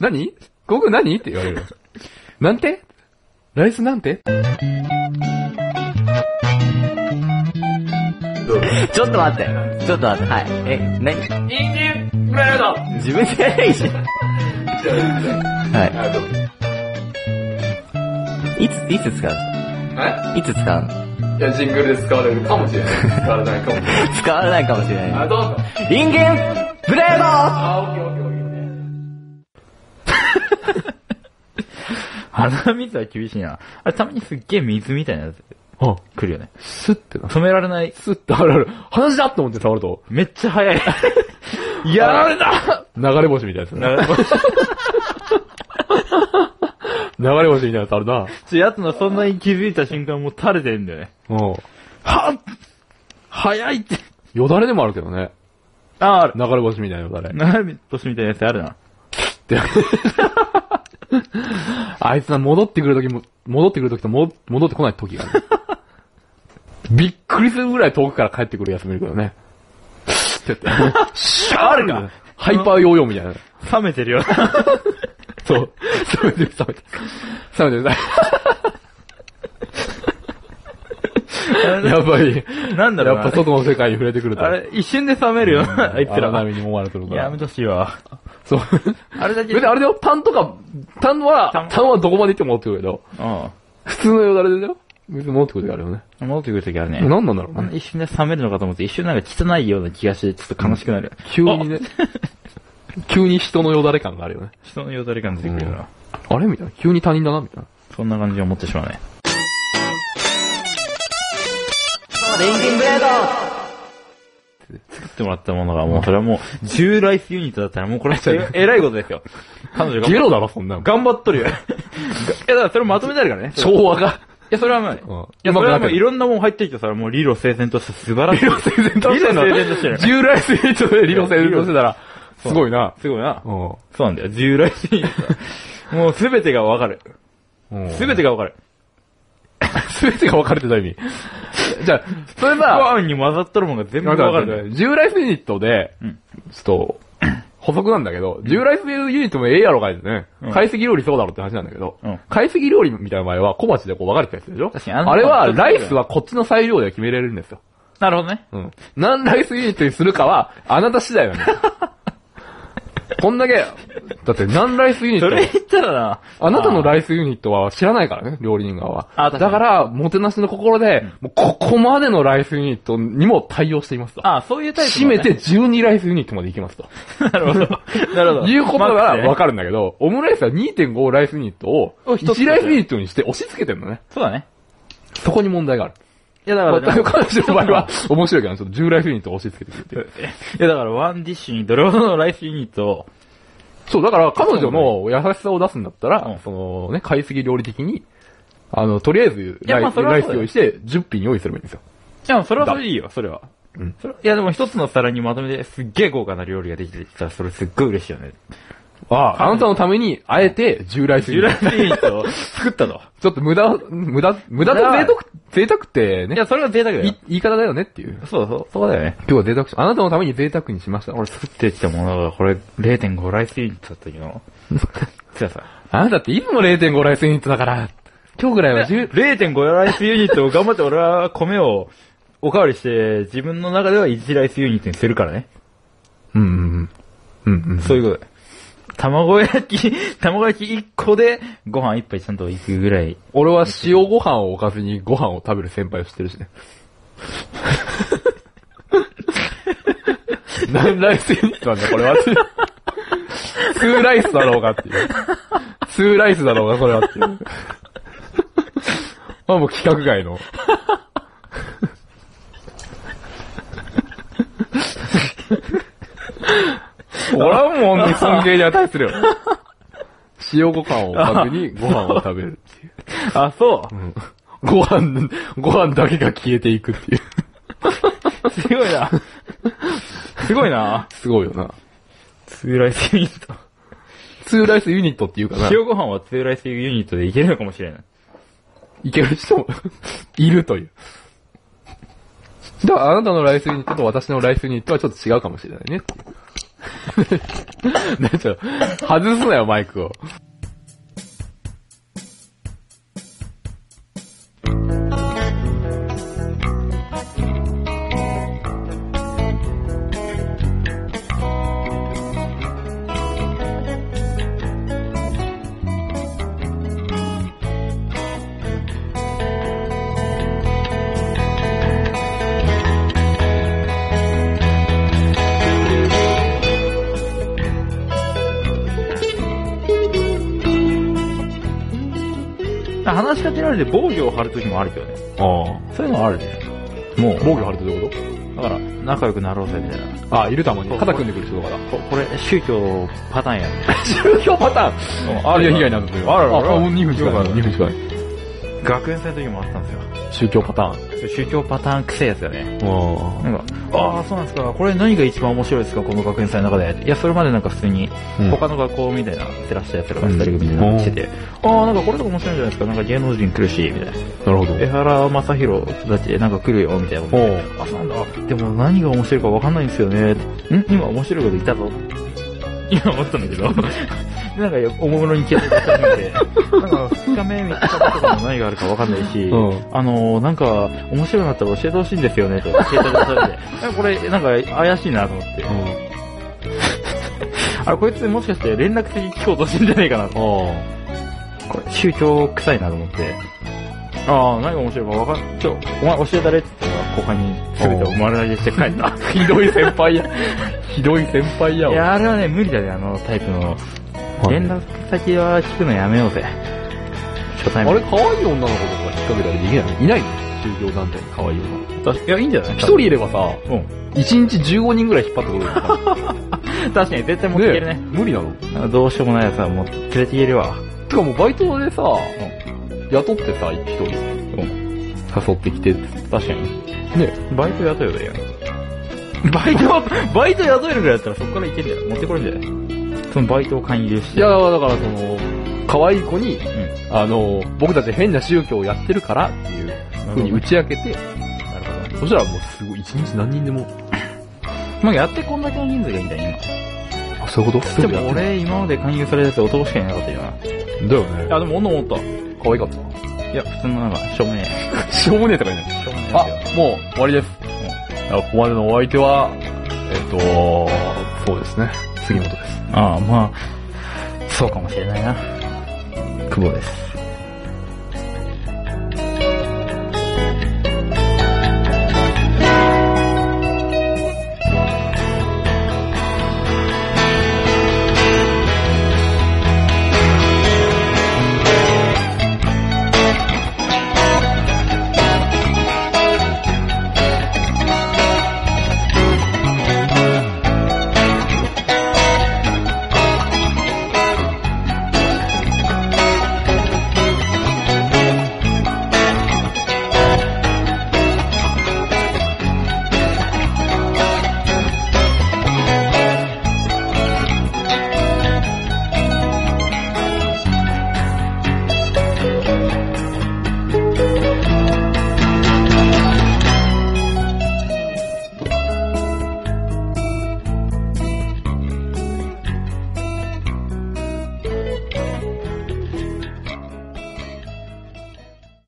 Speaker 1: 何ごく何って言われる。なんてライスなんて
Speaker 3: ちょっと待って。ちょっと待って。はい。え、何人参ブレード自分でやりゃいいじゃん。はい。いつ、いつ使
Speaker 1: え
Speaker 3: ういつ使うの
Speaker 1: いや、ジングルで使われるかもしれない。使われないかもしれない。
Speaker 3: 使わないかもしれない。
Speaker 1: あ、どうぞ。
Speaker 3: 人間ブレード
Speaker 1: あ、オッケーオッケーオッケー。
Speaker 2: 鼻水は厳しいな。あれたまにすっげえ水みたいなやつ
Speaker 1: あ、
Speaker 2: 来るよね。
Speaker 1: スッてな。
Speaker 2: 止められない。
Speaker 1: スッて、あるある。話だと思って触ると、
Speaker 2: めっちゃ早い。 [laughs]
Speaker 1: やられた流れ星みたいですね。
Speaker 2: なるほど
Speaker 1: 流れ星みたいなやつあるな。
Speaker 2: ちょやつのそんなに気づいた瞬間もう垂れてんだよね。
Speaker 1: うん。
Speaker 2: はっ早いって。
Speaker 1: よだれでもあるけどね。
Speaker 2: あー、ある。
Speaker 1: 流れ星みたいなよだれ。
Speaker 2: 斜め年みたいなやつあるな。
Speaker 1: あいつは戻ってくるときも、戻ってくるときとも戻ってこないときがあ [laughs] [laughs] る。びっくりするぐらい遠くから帰ってくるやつもいるけどね。ってやって。シャールがハイパーヨーヨーみたいな。
Speaker 2: 冷めて [laughs] るよ。
Speaker 1: そう。冷めてる、冷めてる。冷めてる。やっぱり、
Speaker 2: なんだろ
Speaker 1: や
Speaker 2: う
Speaker 1: っ
Speaker 2: な
Speaker 1: ぱ外の世界に触れてくると。
Speaker 2: あれ、一瞬で冷めるよな、あいつ
Speaker 1: 荒
Speaker 2: ら。
Speaker 1: 波に揉まれてるから。
Speaker 2: やめてほしいわ。
Speaker 1: そう。
Speaker 2: あれだけ。
Speaker 1: 別にあれだよ、タンとか、タンは
Speaker 2: 単、
Speaker 1: タンはどこまで行っても持ってくるけど、
Speaker 2: う
Speaker 1: 普通のよだれだよ。別に戻ってくる時あるよね。
Speaker 2: ん。戻ってくるときあるね。
Speaker 1: 何なんだろう
Speaker 2: あの
Speaker 1: ね。
Speaker 2: 一瞬で冷めるのかと思って、一瞬なんか汚いような気がして、ちょっと悲しくなる。
Speaker 1: 急にね、急に人のよだれ感があるよね。
Speaker 2: 人のよだれ感出てくるよな。
Speaker 1: あれみたいな。急に他人だな、みたいな。
Speaker 2: そんな感じを思ってしまうね。
Speaker 3: レンゲンブレード
Speaker 2: 作ってもらったものがもう、それはもう、10ライスユニットだったらもうこれはえらいことですよ。彼女が
Speaker 1: ゲ。ロだろ、そんなの。
Speaker 2: 頑張っと [laughs] るよ。いや、だからそれまとめてあるからね。それ
Speaker 1: 昭和が。
Speaker 2: いや、それはまあね。
Speaker 1: うん
Speaker 2: いや、それはもうい
Speaker 1: 色
Speaker 2: ろんなもん入ってきて、それはもう理路整然として素晴らしい。理路
Speaker 1: 々整然としてるな
Speaker 2: 理路整然としてる。
Speaker 1: 従来スイートで理路整然としてたら、すごいな。
Speaker 2: すごいな
Speaker 1: う。ん
Speaker 2: そうなんだよ。従来シー [laughs] ン。もうすべてがわかる。
Speaker 1: うん。
Speaker 2: すべてがわかる。
Speaker 1: すべてが分かれてた意味。 [laughs] じゃあ、それさ、
Speaker 2: ご飯に混ざっとるもんが全部わ
Speaker 1: なんか
Speaker 2: か
Speaker 1: わか
Speaker 2: る。
Speaker 1: るね。従来スユニットで、
Speaker 2: うん
Speaker 1: ちょっと、補足なんだけど、従来スユニットもええやろかいですね
Speaker 2: うん。
Speaker 1: 解析料理そうだろって話なんだけど
Speaker 2: うん、
Speaker 1: 解析料理みたいな場合は小鉢でこう分かれてたやつでしょ
Speaker 2: 確かにあの
Speaker 1: あれは、ライスはこっちの裁量で決めれるんですよ。
Speaker 2: なるほどね。
Speaker 1: うん。何ライスユニットにするかは、あなた次第なん
Speaker 2: [laughs]
Speaker 1: だよ。こんだけ、だって何ライスユニッ
Speaker 2: そ
Speaker 1: ト
Speaker 2: れ言ったらな。
Speaker 1: あなたの
Speaker 2: イ
Speaker 1: ライスユニットは知らないからね、料理人側は。
Speaker 2: あ
Speaker 1: だ
Speaker 2: 確か
Speaker 1: か
Speaker 2: に
Speaker 1: ら、もてなしの心で、もうここまでのライスユニットにも対応していますと。
Speaker 2: あ、そういうタイプ
Speaker 1: 締
Speaker 2: のね。
Speaker 1: めて12ライスユニットまでいきますと。
Speaker 2: [laughs] なるほど。なる [laughs] ほど。
Speaker 1: いうことがわ
Speaker 2: る。
Speaker 1: かるんだけど、オムライスは2.5ライスユニットを
Speaker 2: お一つ
Speaker 1: 1ライスユニットにして押し付けてるのね。
Speaker 2: そうだね。
Speaker 1: そこに問題がある。
Speaker 2: いや、だ
Speaker 1: ま
Speaker 2: か
Speaker 1: あ、
Speaker 2: ら
Speaker 1: 彼
Speaker 2: ね、
Speaker 1: 女の場合は面白いけど、ちょっと10ライスユニットを押し付けてくるっていう。
Speaker 2: いや、だからワンディッシュにドロドロのライスユニットを、
Speaker 1: そう、だから彼女の優しさを出すんだったら、
Speaker 2: うん
Speaker 1: そのね、買いすぎ料理的に、あの、とりあえず
Speaker 2: いや
Speaker 1: ライス、
Speaker 2: まあそれは
Speaker 1: ライス
Speaker 2: そうだよ
Speaker 1: 用意して10品用意すればいいんですよ。
Speaker 2: いや、それはそれでいいよ、それは。
Speaker 1: うん
Speaker 2: それいや、でも一つの皿にまとめて、すっげえ豪華な料理ができてきたら、それすっごい嬉しいよね。
Speaker 1: ああ、あなたのために、あえて10ライス
Speaker 2: ジ
Speaker 1: ユ
Speaker 2: ュ
Speaker 1: ニ
Speaker 2: ラ
Speaker 1: ット。
Speaker 2: シーニットを作ったと。
Speaker 1: ちょっと無駄、無駄、無駄と贅沢、贅沢って
Speaker 2: い
Speaker 1: ね
Speaker 2: や、、それは贅沢だ
Speaker 1: い
Speaker 2: よ。
Speaker 1: 言い方だよねっていう。
Speaker 2: そうそう、そこだよね。
Speaker 1: 今日は贅沢し、あなたのために贅沢にしました。
Speaker 2: 俺作ってきたものが、これ0.5ライスユニットだったけど。じゃあさ、
Speaker 1: あなたっていつも0.5ライスユニットだから、今日ぐらいは10、
Speaker 2: 0.5ライスユニットを頑張って俺は米をおかわりして、自分の中では1ライスユニットにするからね。
Speaker 1: うんうんうん。うんうん。
Speaker 2: そういうことだよ。卵焼き、 [laughs] 卵焼き1個でご飯1杯ちゃんといくぐらい。
Speaker 1: 俺は塩ご飯をおかずにご飯を食べる先輩を知ってるしね。何ライスユニットなんだ、これは。ツーライスだろうがっていう。ツーライスだろうが、それはっていう。まあもう規格外の。俺はもう本当に尊敬に値するよ。塩ご飯をおかずにご飯を食べるっていう。
Speaker 2: あ、そう。
Speaker 1: ご飯、ご飯だけが消えていくっていう。
Speaker 2: すごいな。すごいな。
Speaker 1: すごいよな。
Speaker 2: 2ライスユニット。
Speaker 1: ツーライスユニットっていうかな。
Speaker 2: 塩ご飯は2ライスユニットでいけるのかもしれない。
Speaker 1: いける人も、 [laughs] いるという。だからあなたのライスユニットと私のライスユニットはちょっと違うかもしれないねって [laughs] いう。ねちょっと外すなよ、マイクを。
Speaker 2: 話しかけられて防御を張るときもあるけどね。
Speaker 1: あ
Speaker 2: そういうのはあるね。もう、
Speaker 1: 防御張るってどういうこ
Speaker 2: だから、仲良くなろうぜ、みたいな。
Speaker 1: とああ、いるたまに。肩組んでくる人だから。
Speaker 2: ここれ、宗教パターンやね。
Speaker 1: [laughs] 宗教パターンあ
Speaker 2: [laughs] あ
Speaker 1: れ
Speaker 2: る
Speaker 1: 被
Speaker 2: よ
Speaker 1: 害になるとよ。
Speaker 2: あるある
Speaker 1: あ、もう2分しか
Speaker 2: よ
Speaker 1: な
Speaker 2: く
Speaker 1: い。
Speaker 2: ある
Speaker 1: 2分しかない。
Speaker 2: 学園祭の時もあったんですよ。
Speaker 1: 宗教パター
Speaker 2: それ宗教パターン癖ですよね。
Speaker 1: ン。あ
Speaker 2: なんか、ああ、そうなんですか。これ何が一番面白いですかこの学園祭の中で。いや、それまでなんか普通に
Speaker 1: うん、
Speaker 2: 他の学校みたいな、照らしたやつらが二人組でなんか来てて、ああ、なんかこれとか面白いんじゃないですか。なんか芸能人来るし、みたいな。
Speaker 1: あ。なるほど。
Speaker 2: 江原正宏たちなんか来るよ、みたいなことで。あ、そうなんだ。でも何が面白いか分かんないんですよね。ん今面白いこと言ったぞ。今思ったんだけど。 [laughs] なんかよおもむろに気がついたんで、なんか2日目、3日目とかも何があるか分かんないし、
Speaker 1: うん
Speaker 2: あのー、なんか面白いなったら教えてほしいんですよね、と。携帯でそれで。なんかこれ、なんか怪しいなと思って。
Speaker 1: うん。
Speaker 2: あれ、こいつもしかして連絡先聞こうとしてんじゃねえかなと。
Speaker 1: あ
Speaker 2: これ宗教臭いなと思って。ああ、何が面白いか分かん、ちょ、お前教えたれって言ったら後輩に全てを丸投げして帰った。
Speaker 1: あ。ひどい先輩や。ひどい先輩や
Speaker 2: い
Speaker 1: わ。
Speaker 2: や、あれはね、無理だね、あのタイプの。
Speaker 1: はい
Speaker 2: 連絡先は聞くのやめようぜ。初対
Speaker 1: あ
Speaker 2: 面。
Speaker 1: れ、可愛い女の子とか引っ掛けたりできないのいないの宗教団体に可愛い女。
Speaker 2: いや、いいんじゃない
Speaker 1: 一人いればさ、
Speaker 2: うん。
Speaker 1: 1日15人ぐらい引っ張って [laughs] くるか
Speaker 2: 確かに絶対持っていける
Speaker 1: ら。
Speaker 2: ね。
Speaker 1: 無理なの
Speaker 2: あどうしようもないやつはもう連れていけるわ。
Speaker 1: てかもうバイトでさ、雇ってさ、一人、誘ってきてって。
Speaker 2: 確かに。
Speaker 1: ね。
Speaker 2: バイト雇えばいいやん。バイト、 [laughs] バイト雇えるぐらいだったらそこからいけるんだよ。持ってこれるんじゃないそのバイトを勧誘し
Speaker 1: い
Speaker 2: て。
Speaker 1: や、だからその、可愛い子に、
Speaker 2: うん。
Speaker 1: あの、僕たち変な宗教をやってるからっていう風に打ち明けて、
Speaker 2: なるほど。
Speaker 1: そしたらもうすごい、一日何人でも、
Speaker 2: まあ、やってこんだけの人数がいいんだよ、
Speaker 1: あ、そういうこと
Speaker 2: 今。でも、俺、今まで勧誘されたやつ男しかいなかったよな。
Speaker 1: だよね。
Speaker 2: あ、でも女もおった。
Speaker 1: 可愛かった。
Speaker 2: いや、普通のなんか、しょうもね
Speaker 1: しょうもねえとか言う
Speaker 2: え。
Speaker 1: ね。
Speaker 2: しょうもね
Speaker 1: あ
Speaker 2: え、
Speaker 1: もう終わりです。あここまでのお相手は、えっと、そうですね。杉本です。
Speaker 2: ああ、まあ、そうかもしれないな。久保です。